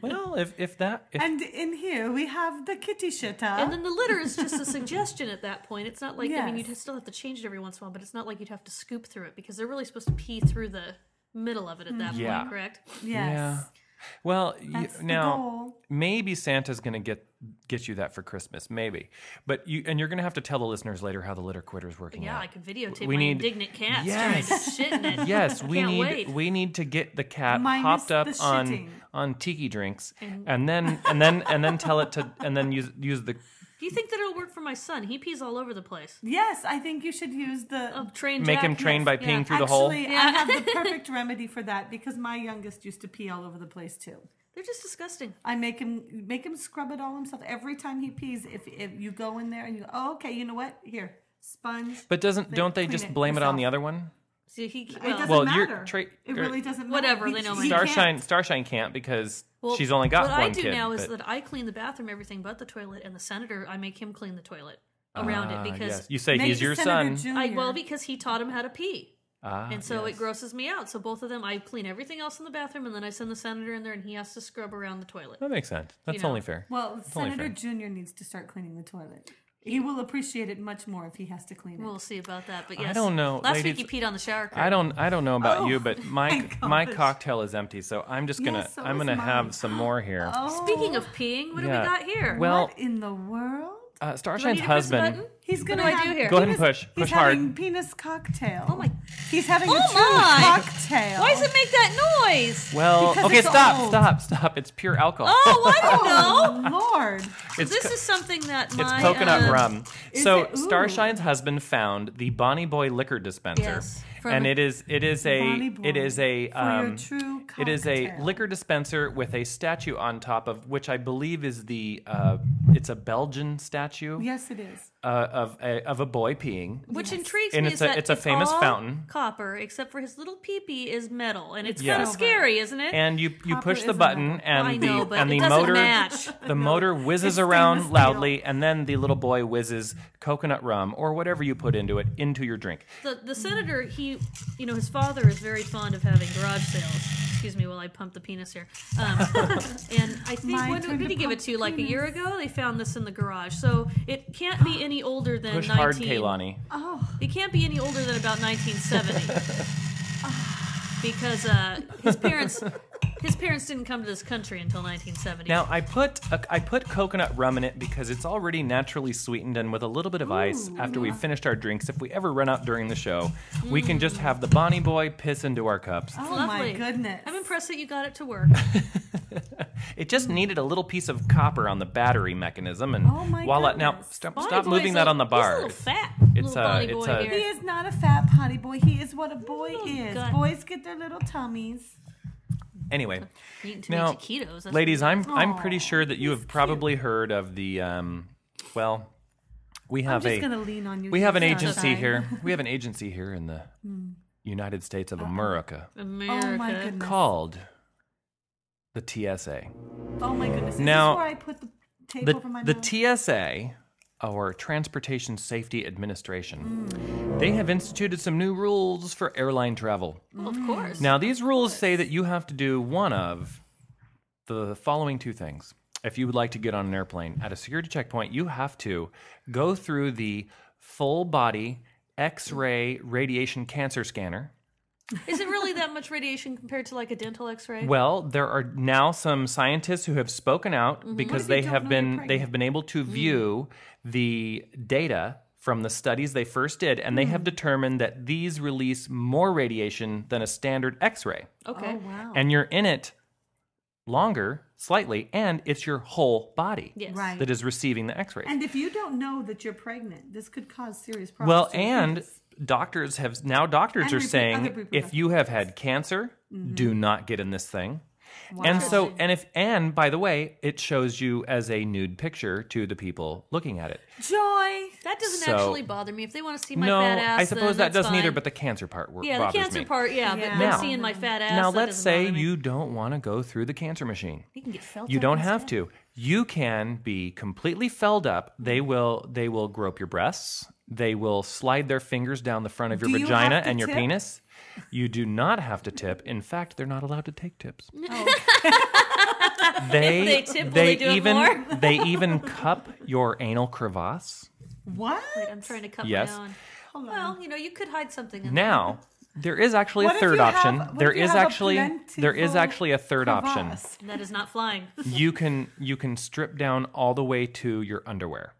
Well, if if that if And in here we have the kitty shitter. and then the litter is [laughs] just a suggestion at that point. It's not like I mean Yes. you'd still have to change it every once in a while, but it's not like you'd have to scoop through it because they're really supposed to pee through the middle of it at that Mm. Yeah. point, correct? yes. yeah. Well, you, That's the now goal. maybe Santa's going to get get you that for Christmas, maybe. But you and you're going to have to tell the listeners later how the litter quitter is working Yeah, out. I could videotape We my need- indignant cats Yes. trying to shit in [laughs] it. Yes, we Can't need wait. we need to get the cat Minus hopped up the on shitting. on tiki drinks, and, then and then and then tell it to and then use use the Do you think that it'll work for my son? He pees all over the place. Yes, I think you should use the Oh, train make Jack, him train yes, by yeah. peeing through the hole. Actually, I have [laughs] the perfect remedy for that because my youngest used to pee all over the place too. They're just disgusting. I make him make him scrub it all himself every time he pees. If if you go in there and you go, oh, okay, you know what? Here, sponge. But doesn't They don't they clean just it blame it on the yourself. other one? See, he it doesn't well, Well, you're matter. tra- er, it really doesn't matter. Whatever, they know my- You Starshine Starshine can't because well, she's only got what one I do kid. now is but- that I clean the bathroom, everything but the toilet, and the senator. I make him clean the toilet around Ah, it because yes. you say Make he's the your Senator son. I, well Junior- because he taught him how to pee. Ah, and so yes. it grosses me out. So both of them, I clean everything else in the bathroom, and then I send the senator in there, and he has to scrub around the toilet. That makes sense. That's know. only fair. Well, only Senator Junior needs to start cleaning the toilet. He will appreciate it much more if he has to clean it. We'll see about that. But I yes, don't know, Last ladies. week you peed on the shower curtain. I don't I don't know about Oh, you, but my my my gosh. cocktail is empty, so I'm just gonna Yes, so I'm is gonna mine. have some more here. Oh, Speaking of peeing, what Yeah. do we got here? Well- what in the world? Uh, do I need Starshine's to press a husband. button? He's gonna do I have do here? Go ahead and penis- push. He's Push hard. having penis cocktail. Oh my! He's having a Oh true my! cocktail. Why does it make that noise? Well, Because okay, it's stop, old. stop, stop. It's pure alcohol. Oh, I [laughs] don't know. Oh Lord! it's this co- is something that my it's coconut um, rum. is So it- ooh. Starshine's husband found the Bonnie Boy liquor dispenser, Yes, from- and it is it is Bonnie a Boy it is a for your um, true it is a cocktail. liquor dispenser with a statue on top of which I believe is the uh, it's a Belgian statue Yes, it is. uh, of a, of a boy peeing. Which intrigues And me it's is a- that it's a famous all fountain. copper, except for his little peepee is metal, and it's Yes. kind of scary, isn't it? and you you Copper push the is a button metal. and I the know, but and it the doesn't motor match. [laughs] the motor whizzes It's stainless around steel. loudly and then the little boy whizzes coconut rum or whatever you put into it into your drink. the the senator, he, you know, his father is very fond of having garage sales. Excuse me while I pump the penis here. [laughs] Um, and I think My when turn did to he give it pump to? you? Like a penis. year ago, they found this in the garage, so it can't be any older than Push hard, 19. Kaylani. Oh, It can't be any older than about [laughs] 1970. because uh, his parents his parents didn't come to this country until 1970. Now I put a, I put coconut rum in it because it's already naturally sweetened and with a little bit of ice after we've finished our drinks. If we ever run out during the show, we can just have the Bonnie Boy piss into our cups. oh Lovely. my goodness! I'm impressed that you got it to work. It just needed a little piece of copper on the battery mechanism, and Oh my voila! Now goodness. stop, Bonnie stop Boy's moving a- that on the he's bar. a little fat It's little a- Bonnie it's boy a- here. He is not a fat potty boy. He is what a boy Oh, is. God. Boys get their little tummies. Anyway, Eating too Now, many taquitos. That's- Ladies, I'm I'm Aw, pretty sure that you have probably heard of the um, well, we I'm have just a gonna lean on you. we have an Sorry. agency here. [laughs] We have an agency here in the Hmm. United States Uh-huh. of America America. Oh my goodness! called the TSA. Oh my goodness! Is Now- this where I put the tape The over my the mouth? TSA or Transportation Safety Administration. They have instituted some new rules for airline travel. Well, of course. Now, these rules say that you have to do one of the following two things. If you would like to get on an airplane at a security checkpoint, you have to go through the full body X ray radiation cancer scanner. Is it really that much radiation compared to like a dental x-ray? Well, there are now some scientists who have spoken out because Mm-hmm. What if they you don't have know been you're Mm. they have been able to view the data from the studies they first did and they Mm. have determined that these release more radiation than a standard x-ray. okay. Oh wow! and you're in it longer, slightly, and it's your whole body Yes. Right. that is receiving the x rays. And if you don't know that you're pregnant, this could cause serious problems. Well, to your and fetus. doctors have now doctors And are repro- other Mm-hmm. saying if reproductive you have had cancer, do not get in this thing. And so, and if, and by the way, it shows you as a nude picture to the people looking at it. joy. That doesn't So- actually bother me. If they want to see my no, fat ass, I suppose then that that's doesn't fine. either, but the cancer part wor- yeah, the bothers cancer me. part. Yeah, but Yeah. them Now- seeing my fat ass. now, that let's doesn't say bother me. you don't want to go through the cancer machine. You can get felt you up don't instead. have to you can be completely felled up they will they will grope your breasts they will slide their fingers down the front of your Do you vagina have to and your tip? penis you do not have to tip in fact they're not allowed to take tips [laughs] they Oh. they tip, will they do it even more? [laughs] they even cup your anal crevasse What? I'm trying to cut Yes. my own. Well, you know, you could hide something in now there is actually What a if third you have- option what if there you is have a actually there is plentiful actually a third option Crevasse? there. That is not flying. you can you can strip down all the way to your underwear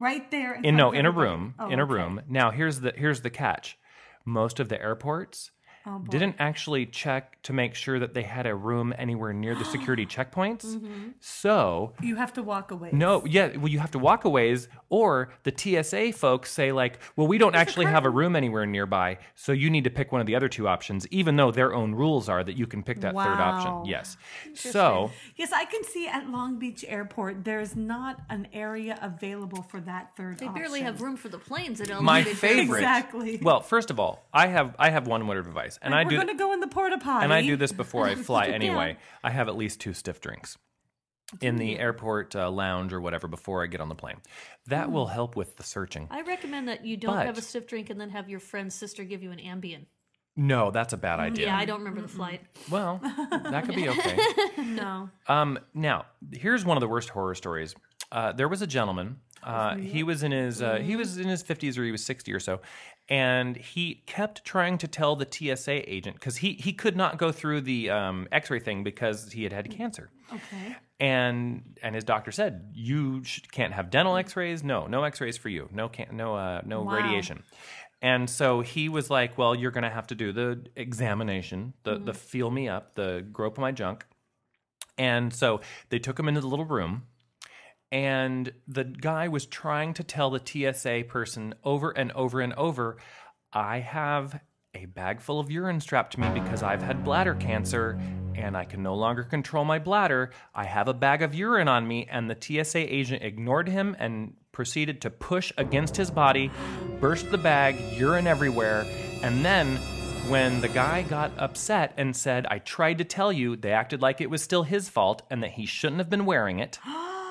Right there. [laughs] in no front of in a everybody. room Oh, in a okay. room now here's the here's the catch most of the airports Oh, boy. didn't actually check to make sure that they had a room anywhere near [gasps] the security checkpoints Mm-hmm. so You have to walk away. no yeah well you have to walk a ways or the tsa folks say like well we don't actually have a room anywhere nearby so you need to pick one of the other two options even though their own rules are that you can pick that third Wow. option yes so Yes, I can see at Long Beach Airport there is not an area available for that third. They barely option. have room for the planes at my elevated favorite Exactly. well first of all i have i have one word of advice and i We're do going to go in the porta potty. And I do this before I fly anyway. I have at least two stiff drinks in the airport uh, lounge or whatever before I get on the plane. That will help with the searching. I recommend that you don't But- have a stiff drink and then have your friend's sister give you an Ambien. No, that's a bad idea. Yeah, I don't remember the flight. Well, that could be okay. No. Um, now, here's one of the worst horror stories. Uh, there was a gentleman. Uh, he was in his uh, he was in his 50s or he was 60 or so, and he kept trying to tell the TSA agent because he he could not go through the um, X-ray thing because he had had cancer. [laughs] [laughs] Okay. And and his doctor said you sh- can't have dental X-rays. No, no X-rays for you. No can no uh, no Wow. radiation. And so he was like, "Well, you're going to have to do the examination, the the feel me up, the grope my junk." And so they took him into the little room, and the guy was trying to tell the TSA person over and over and over, I have a bag full of urine strapped to me because I've had bladder cancer and I can no longer control my bladder. I have a bag of urine on me. And the TSA agent ignored him and proceeded to push against his body, burst the bag, urine everywhere, and then when the guy got upset and said, I tried to tell you, they acted like it was still his fault and that he shouldn't have been wearing it.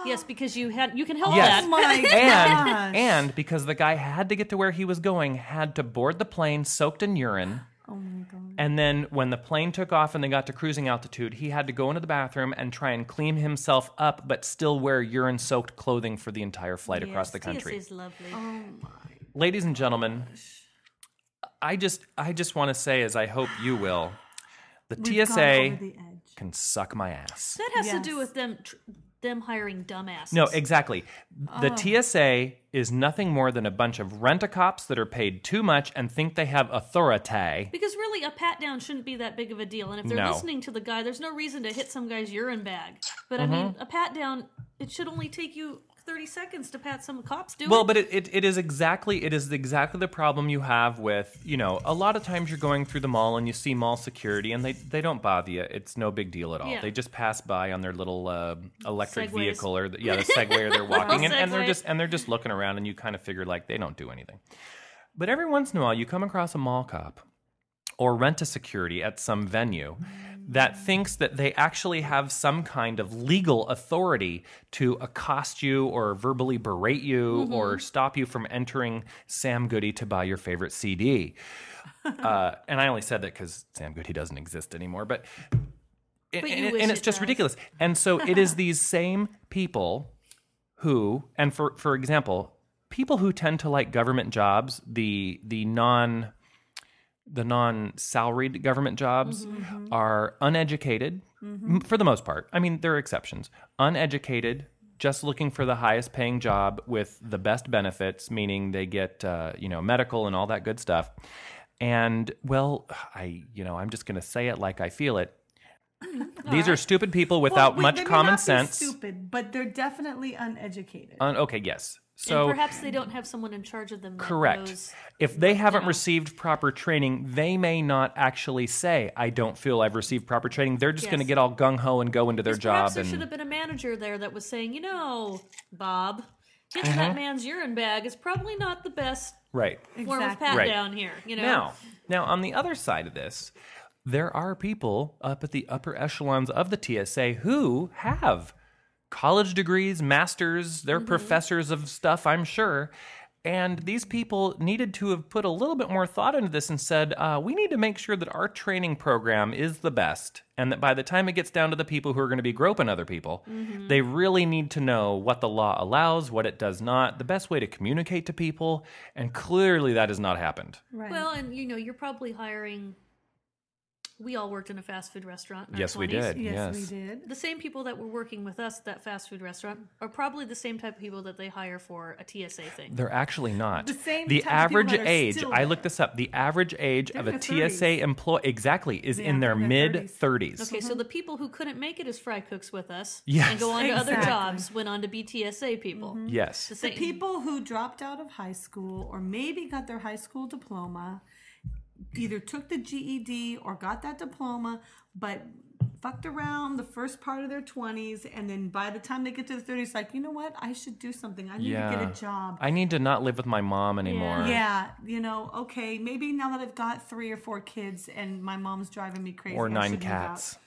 Yes, because you had you can help Yes. that. Oh [laughs] my gosh. And, and because the guy had to get to where he was going, had to board the plane soaked in urine. oh my god. And then when the plane took off and they got to cruising altitude, he had to go into the bathroom and try and clean himself up, but still wear urine soaked clothing for the entire flight across Yes, the country. TSA is lovely. Oh, ladies and gentlemen, I just I just want to say, as I hope you will, the We've gone over TSA the edge. can suck my ass. That has to Yes. do with them tr- them hiring dumbasses. No, exactly. Oh. The TSA is nothing more than a bunch of rent-a-cops that are paid too much and think they have authority. because really a pat down shouldn't be that big of a deal. And if they're No. listening to the guy, there's no reason to hit some guy's urine bag. But Mm-hmm. I mean, a pat down it should only take you 30 seconds to pat some cops do Well, it. but it, it, it is exactly it is exactly the problem you have with you know a lot of times you're going through the mall and you see mall security and they, they don't bother you it's no big deal at all Yeah. they just pass by on their little uh, electric Segways. vehicle or the, yeah [laughs] the Segway or they're walking and, and they're Segway. just and they're just looking around and you kind of figure like they don't do anything but every once in a while you come across a mall cop or rent a security at some venue that thinks that they actually have some kind of legal authority to accost you or verbally berate you or stop you from entering Sam Goody to buy your favorite CD. Uh-huh. Uh, and I only said that because Sam Goody doesn't exist anymore, but, But you and, wish and it's it just does. ridiculous. And so it [laughs] is these same people who and for for example people who tend to like government jobs the the non the non salaried government jobs Mm-hmm, are uneducated m- for the most part i mean there are exceptions uneducated just looking for the highest paying job with the best benefits meaning they get uh, you know medical and all that good stuff and well i you know i'm just going to say it like i feel [clears throat] it these are stupid people without Well, wait, they much may common not be sense Uh, Stupid, but they're definitely uneducated. Un- okay yes so and perhaps they don't have someone in charge of them. that Correct. knows- If they haven't know. received proper training, they may not actually say, "I don't feel I've received proper training." They're just Yes. going to get all gung ho and go into their Perhaps job. there should And have been a manager there that was saying, you know, Bob, getting Uh-huh. that man's urine bag is probably not the best right form of Exactly. pat Right. down here. You know, now, now on the other side of this, there are people up at the upper echelons of the TSA who have college degrees, masters. They're professors of stuff, I'm sure. And these people needed to have put a little bit more thought into this and said, uh, we need to make sure that our training program is the best. And that by the time it gets down to the people who are going to be groping other people, they really need to know what the law allows, what it does not, the best way to communicate to people. And clearly that has not happened. right. well, and you know, you're probably hiring. We all worked in a fast food restaurant. in our Yes, we 20s. did. yes, yes. we did. The same people that were working with us at that fast food restaurant are probably the same type of people that they hire for a TSA thing. They're actually not. The same type of people average that are age, still I there. looked this up, the average age They're of in a their 30s. TSA employee exactly is Yeah, in their they're in their mid 30s. Okay, Mm-hmm. so the people who couldn't make it as fry cooks with us Yes. and go on to Exactly. other jobs went on to be TSA people. Yes. The The same people who dropped out of high school or maybe got their high school diploma either took the GED or got that diploma, but fucked around the first part of their 20s and then by the time they get to the 30s like you know what i should do something i need yeah. to get a job I need to not live with my mom anymore. yeah you know okay maybe now that i've got three or four kids and my mom's driving me crazy Or I nine should move out. cats.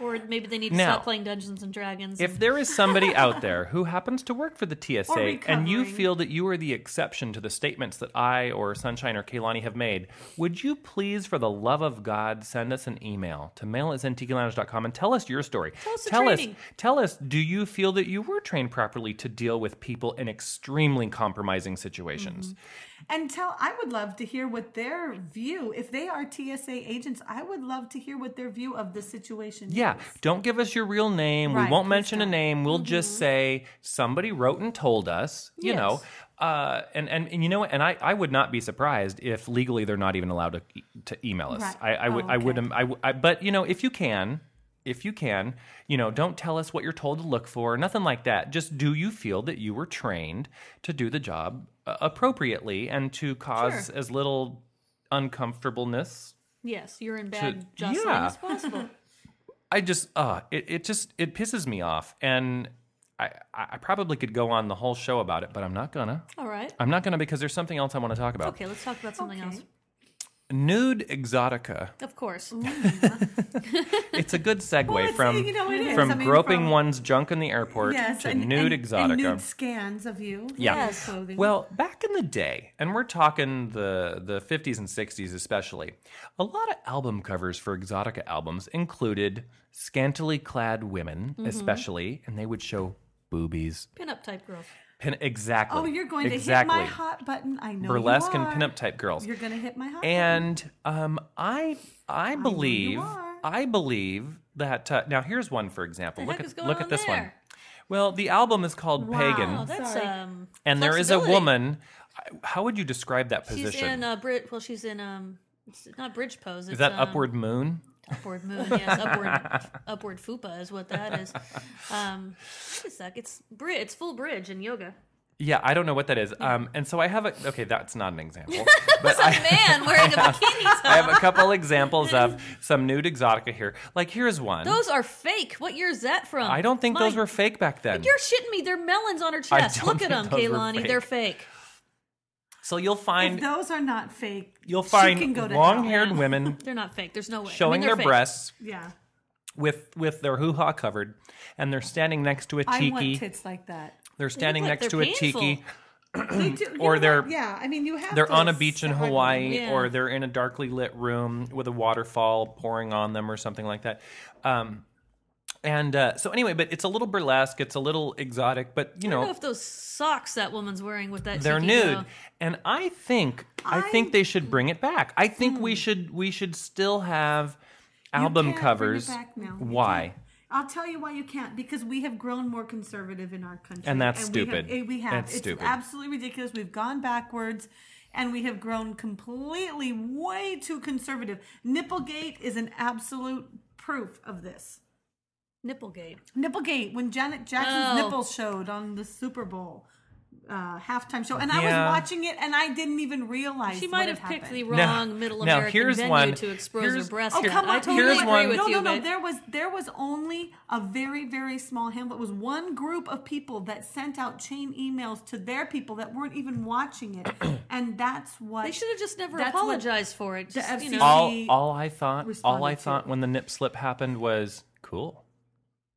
or maybe they need to Now, stop playing Dungeons and Dragons. If and- there is somebody out there who happens to work for the TSA and you recovering. feel that you are the exception to the statements that I or Sunshine or Kaylani have made, would you please, for the love of God, send us an email to mail at and tell us your story. Tell us the tell us, training. tell us, do you feel that you were trained properly to deal with people in extremely compromising situations? And tell, I would love to hear what their view, if they are TSA agents, I would love to hear what their view of the situation Yeah, is. don't give us your real name. we Right, won't please mention a don't. Mm-hmm. name. We'll just say somebody wrote and told us, you Yes. know. Uh, and, and, and you know what? And I, I would not be surprised if legally they're not even allowed to, e- to email us. Right. I, I would, Oh, I would, okay. I, would- I- but you know, if you can, if you can, you know, don't tell us what you're told to look for, nothing like that. Just do you feel that you were trained to do the job uh, appropriately and to cause as little uncomfortableness yes, you're in bad To- jostling yeah. as possible. I just uh it, it just it pisses me off and I, I I probably could go on the whole show about it, but I'm not gonna. [laughs] All right. I'm not gonna because there's something else I want to talk about. Okay, let's talk about something Okay. else. Nude exotica. Of course. It's a good [laughs] segue it's- from you know, it is. from I mean, groping from- one's junk in the airport to and- nude and- exotica. And nude scans of you. Yeah. Yes. Clothing. Well, back in the day, and we're talking the the 50s and 60s especially, a lot of album covers for exotica albums included scantily clad women, Mm-hmm. especially, and they would show boobies. Pinup type girls. Pin- exactly. oh, you're going exactly. to hit my hot button. I know. burlesque you and are. pinup type girls. You're going to hit my hot And um, I I believe are. I believe that uh, now here's one for example. The look heck at is going look on at this one. there? Well, the album is called Wow. Pagan, Oh, that's Sorry. um. and there is a flexibility. woman. I- How would you describe that She's position? in uh, Brit. Well, she's in um. It's not bridge pose. It's, is that um, upward moon? Upward moon. Yes, [laughs] upward. upward fupa is what that is. Um, wait a sec. It's bridge. It's full bridge in yoga. Yeah, I don't know what that is. Um, and so I have a okay. That's not an [laughs] example, but [laughs] A I, man wearing a [laughs] bikini I top. have a couple examples [laughs] of some nude exotica here. Like here's one. Those are fake. What year is that from? I don't think My- those were fake back then. You're shitting me. They're melons on her chest. don't Look think at them, those were Kaylani. fake. They're fake. So you'll If find those are not fake. you'll she find can go to hell. long-haired Yeah. [laughs] women They're not fake. There's no way. I mean, showing they're their fake. breasts Yeah. with with their hoo-ha covered and they're standing next to a I want tiki tits [clears throat] like that. they're standing like next they're to a tiki painful. They do, you Or know they're- what? yeah. I mean, you have. they're to on a beach in step on them. hawaii Yeah. or they're in a darkly lit room with a waterfall pouring on them or something like that um and uh, so anyway but it's a little burlesque it's a little exotic but you I don't know know if those socks that woman's wearing with that uh, they're tiki nude though. and i think i think they should bring it back i think we should we should still have album Hmm. can't bring it covers back now. You why I'll tell you why you can't because we have grown more conservative in our country, And that's we have- stupid. eh, We have, That's it's stupid. absolutely ridiculous. We've gone backwards, and we have grown completely way too conservative. Nipplegate is an absolute proof of this. Nipplegate. Nipplegate when Janet Jackson's Oh. nipples showed on the Super Bowl uh, halftime show, and I Yeah. was watching it, and I didn't even realize She what might had have picked happened. the Now- wrong middle now American here's venue one- to expose here's- her breast. Oh, here. come I on, totally here's agree one- with no, you, no, no. but There was there was only a very very small handful. It was one group of people that sent out chain emails to their people that weren't even watching it, [clears throat] and that's what they should have just never That's what apologized for it. Just, you FCC know, all He all I thought all responded I to thought it. when the nip slip happened was cool.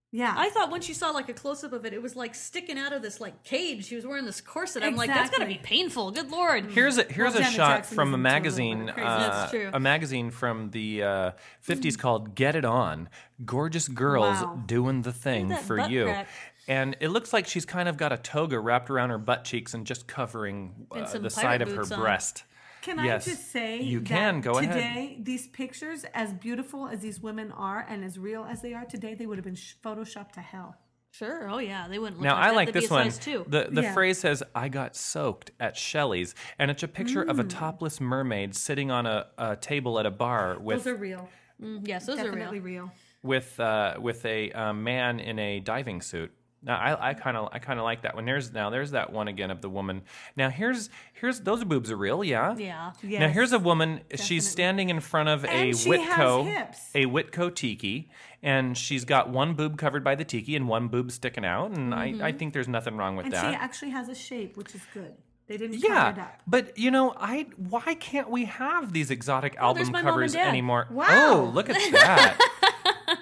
Yeah, I thought once you saw like a close up of it, it was like sticking out of this like cage. She was wearing this corset. I'm like, that's gotta be Exactly. painful. Good lord. Here's a here's Hmm. Well, a Janet shot Jackson from a isn't magazine, totally crazy. uh, That's true. a magazine from the uh, 50s called "Get It On." Gorgeous girls Hmm. Wow. doing the thing that for butt you, crack. and it looks like she's kind of got a toga wrapped around her butt cheeks and just covering And uh, some the pirate side of her boots on. breast. Can Yes, I just say you that can. Go ahead. Today, these pictures, as beautiful as these women are and as real as they are today, they would have been sh- photoshopped to hell. Sure. Oh yeah, they wouldn't. Look Now like I that. like That'd this be a one. size two. The the Yeah. phrase says, "I got soaked at Shelley's," and it's a picture of a Mm. topless mermaid sitting on a, a table at a bar with Those are real. Mm, yes, those are Definitely real. real. with uh, with a uh, man in a diving suit. Now I kind of I kind of like that one. There's now there's that one again of the woman. Now here's here's those boobs are real, yeah. Yeah. Now Yes. here's a woman. She's standing in front of a And she has Witco hips. a Witco tiki, and she's got one boob covered by the tiki and one boob sticking out. And I, I think there's nothing wrong with And that. she actually has a shape, which is good. They didn't cover it yeah, up. but you know, I why can't we have these exotic there's album my mom and covers dad. anymore? [laughs] Wow. Oh, look at that!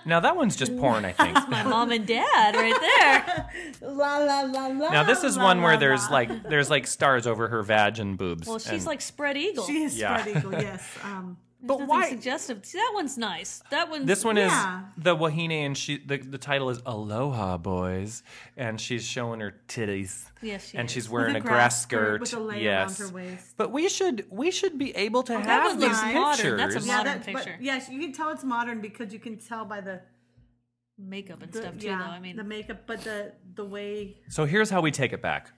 Now that one's just porn, I think. [laughs] My mom and dad right there. La la la la. Now this is la, one la, where la. there's like there's like stars over her vag and boobs. [laughs] Well, she's and- like spread eagle. She is Yeah. spread eagle. Yes. [laughs] Um, But Nothing why- suggestive. See, that one's nice. That one's This one Yeah. is the Wahine, and she the, the title is Aloha Boys, and she's showing her titties. Yes, she and is. she's wearing a a grass grass skirt skirt. with a layer yes, around her waist. but we should we should be able to that have one these looks modern. pictures. That's a yeah, Modern that, but picture. yes, you can tell it's modern because you can tell by the, makeup and the stuff too. yeah, though I mean, the makeup, but the the way so here's how we take it back.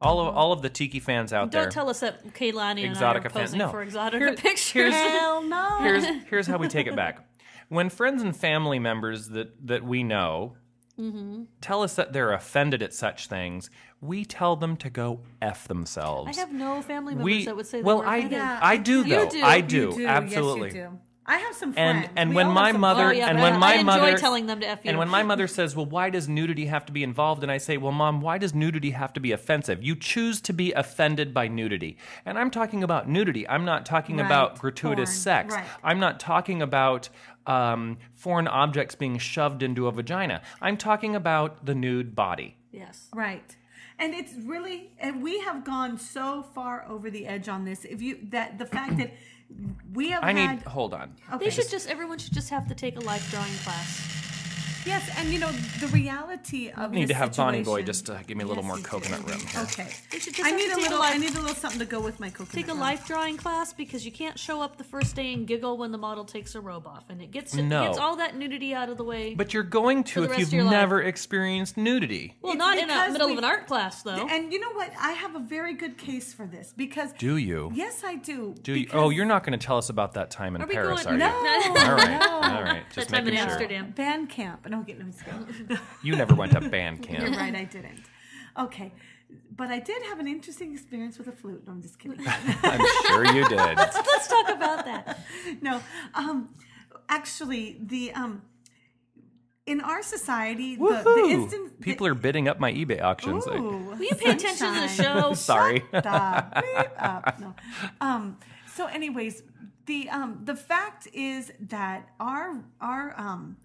All of all of the tiki fans out don't there. tell us that Kaylani and I are Exotica fan- posing no. for Exotica Here- [laughs] pictures. [laughs] hell no. here's here's how we take it back. When friends and family members that that we know Mm-hmm. tell us that they're offended at such things, we tell them to go f themselves. I have no family members we that would say. they well, were I offended. Yeah. I do though. do. I You do, You do, absolutely. Yes, you do. I have some friends. And and We when all have my some mother Oh, friends. yeah, and but when I- my I enjoy mother telling them to F you. and when my mother says, "Well, why does nudity have to be involved?" and I say, "Well, mom, why does nudity have to be offensive? You choose to be offended by nudity." And I'm talking about nudity. I'm not talking Right. about gratuitous Porn. sex. Right. I'm not talking about um, foreign objects being shoved into a vagina. I'm talking about the nude body. yes, Right. And it's really and we have gone so far over the edge on this. If you that the fact that we have I had need hold on. they should just. Everyone should just have to take a life drawing class. yes, and you know the reality of need this to have Bonnie Boy situation- just uh, give me a little Yes, more you do. coconut room. Here. Okay. They should just I have need to a take a little life- I need a little something to go with my coconut. Take a room. life drawing class because you can't show up the first day and giggle when the model takes a robe off, and it gets it No. gets all that nudity out of the way. But you're going to the if rest you've of your life. never experienced nudity. well, It's not in the because middle we- of an art class though. And you know what? I have a very good case for this because Do you? Yes, I do. Do you? because Oh, you're not going to tell us about that time in Are we Paris, going? are [laughs] No. you? [laughs] That All right, all right. Just time in making sure. Amsterdam. band camp. No, get [laughs] no scared. You never went to band You're [laughs] camp. right, I didn't. Okay. But I did have an interesting experience with a flute. No, I'm just kidding. I'm sure you did. Let's talk about [laughs] that. no. Um actually the um in our society the, the Woohoo! instant the- People are bidding up my eBay auctions. I- Ooh, Will you pay attention to the sunshine. show? Sorry. Stop. Beep up. No. Um, so, anyways, the um, the fact is that our our um,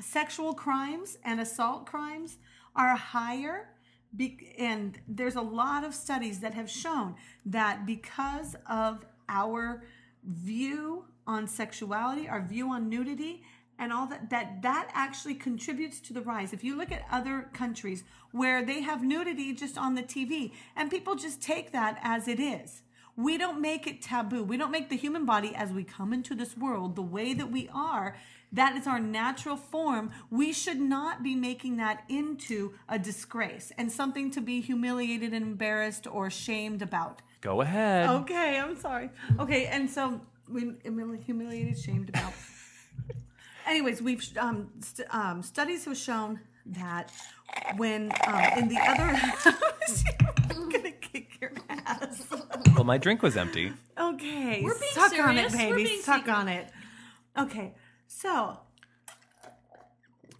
sexual crimes and assault crimes are higher. Be- and there's a lot of studies that have shown that because of our view on sexuality, our view on nudity, and all that, that that actually contributes to the rise. If you look at other countries where they have nudity just on the TV, and people just take that as it is. We don't make it taboo. We don't make the human body as we come into this world the way that we are. That is our natural form. We should not be making that into a disgrace and something to be humiliated and embarrassed or shamed about. Go ahead. Okay, I'm sorry. Okay, and so we humili- humiliated, shamed about. Anyways, we've um, st- um, studies have shown that when um, in the other, [laughs] I'm gonna kick your ass. Well, my drink was empty. Okay. We're being suck on it, serious. We're baby. being suck serious. on it. Okay. So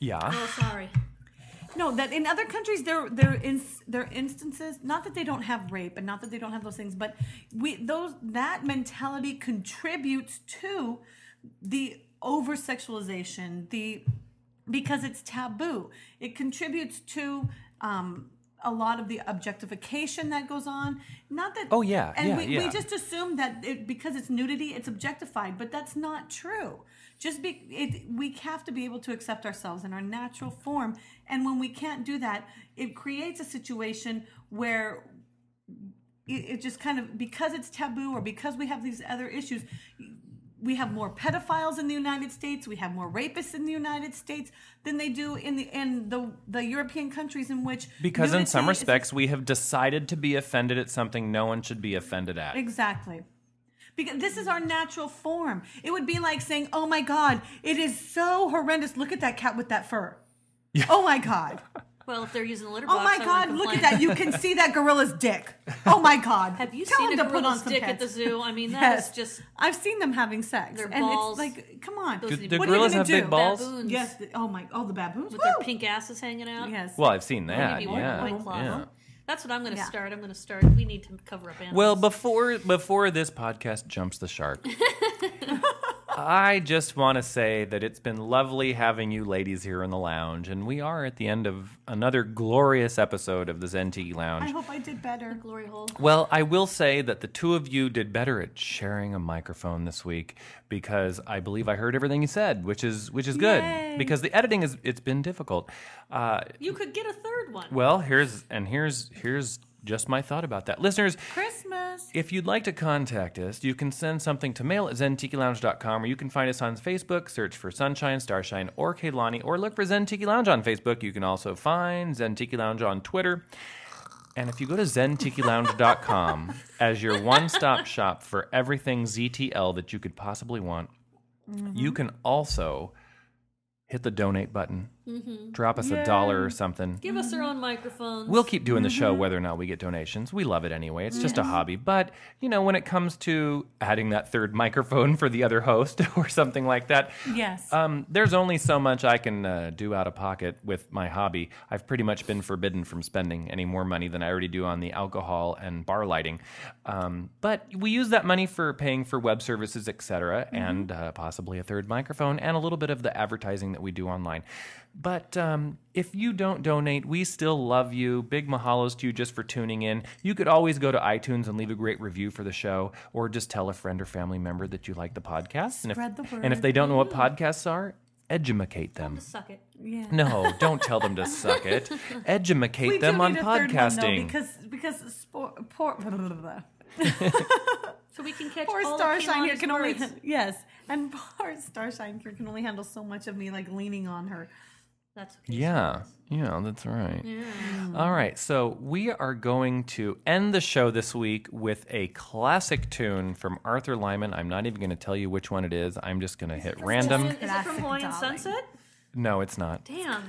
Yeah. Oh, sorry. no, that in other countries there there in there are instances not that they don't have rape and not that they don't have those things, but we those that mentality contributes to the over sexualization, the because it's taboo. It contributes to um, a lot of the objectification that goes on. Not that Oh, yeah, and yeah, we, we yeah. just assume that it, because it's nudity, it's objectified, but that's not true. Just be it, we have to be able to accept ourselves in our natural form, and when we can't do that, it creates a situation where it, it just kind of because it's taboo or because we have these other issues we have more pedophiles in the United States, we have more rapists in the United States than they do in the in the the European countries in which Because in some nudity is- respects, we have decided to be offended at something no one should be offended at. exactly. Because this is our natural form. It would be like saying, "Oh my god, it is so horrendous. Look at that cat with that fur." Oh [laughs] my god. Well, if they're using the litter box, Oh my I god, wouldn't look at complain. that. You can see that gorilla's dick. Oh my god. [laughs] Have you Tell seen him a to put on gorilla's some dick at the pants. zoo? I mean, that is Yes. just I've seen them having sex. Their and balls. it's like, come on. Those Do, need do to be- What are you gorillas gonna have big do? balls? baboons Yes. the- oh my. Oh, the baboons. with their Woo! pink asses hanging out. Yes. Well, I've seen Or that. maybe one Yeah. white claw. yeah. That's what I'm going to Yeah. start. I'm going to start. We need to cover up animals. Well, before before this podcast jumps the shark, I just want to say that it's been lovely having you ladies here in the lounge, and we are at the end of another glorious episode of the Zen Tiki I Lounge. hope I did better. Glory hole. Well, I will say that the two of you did better at sharing a microphone this week because I believe I heard everything you said, which is which is good Yay. because the editing is it's been difficult. Uh, You could get a third one. well, here's and here's here's just my thought about that, listeners. Christmas. If you'd like to contact us, you can send something to mail at zentikilounge.com or you can find us on Facebook, search for Sunshine, Starshine, or Kaylani, or look for Zen Tiki Lounge on Facebook. You can also find Zen Tiki Lounge on Twitter. And if you go to zentikilounge.com as your one stop shop for everything ZTL that you could possibly want, you can also hit the donate button, drop us a dollar or something. Give us our own microphones. We'll keep doing the show whether or not we get donations. We love it anyway. It's just a hobby. But, you know, when it comes to adding that third microphone [laughs] for the other host or something like that, Yes. um, there's only so much I can uh, do out of pocket with my hobby. I've pretty much been forbidden from spending any more money than I already do on the alcohol and bar lighting. Um, but we use that money for paying for web services, etc., Mm-hmm. and uh, possibly a third microphone and a little bit of the advertising that we do online. But um, if you don't donate, we still love you. Big mahalos to you just for tuning in. You could always go to iTunes and leave a great review for the show, or just tell a friend or family member that you like the podcast. And if- Spread the And if word. they don't know what podcasts are, edumacate them. Suck it. yeah. No, don't tell them to suck [laughs] it. Edumacate we them do on need a third one, though, podcasting. because because sport, poor, [laughs] blah, blah, blah, blah. So we can catch poor all of Starshine here Keelan's can only words. han- [laughs] yes, and poor Starshine here can only handle so much of me like leaning on her. That's okay. Yeah, yeah, that's right. All right, so we are going to end the show this week with a classic tune from Arthur Lyman. I'm not even going to tell you which one it is. I'm just going to hit Is random. it- is it from Classic, Hawaiian darling. Sunset? No, it's not. Damn.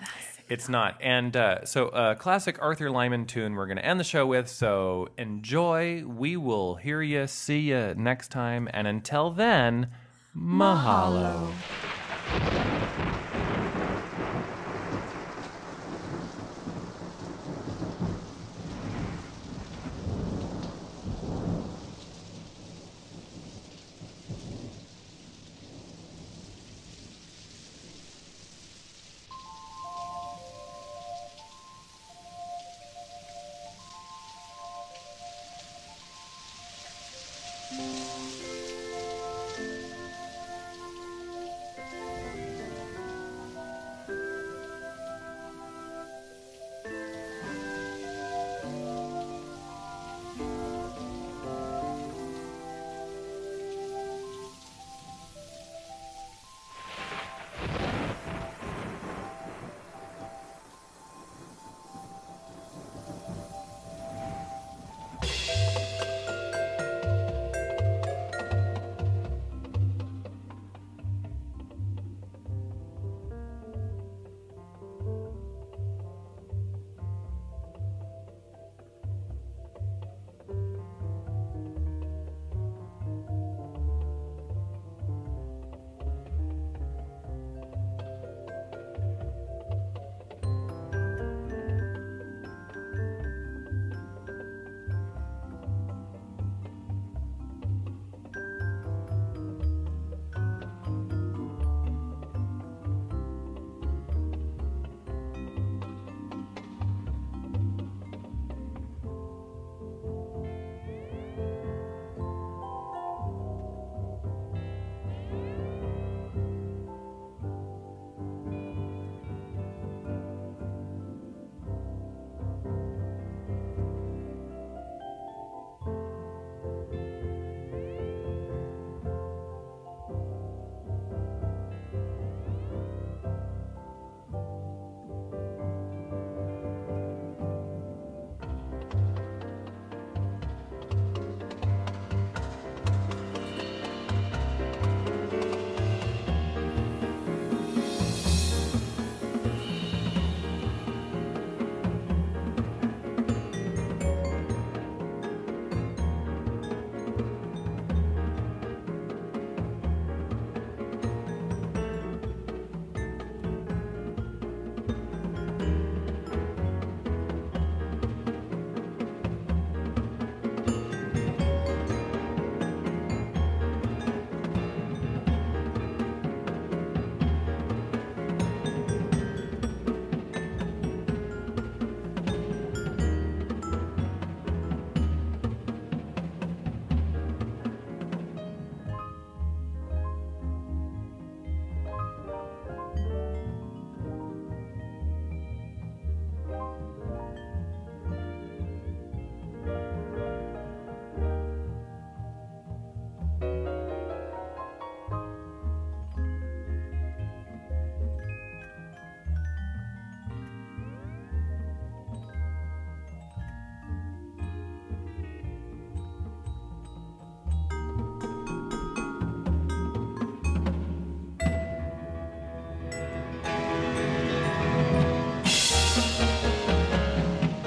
It's not. And uh, so, a classic Arthur Lyman tune we're going to end the show with. So, enjoy. We will hear you, see you next time. And until then, mahalo. Hello.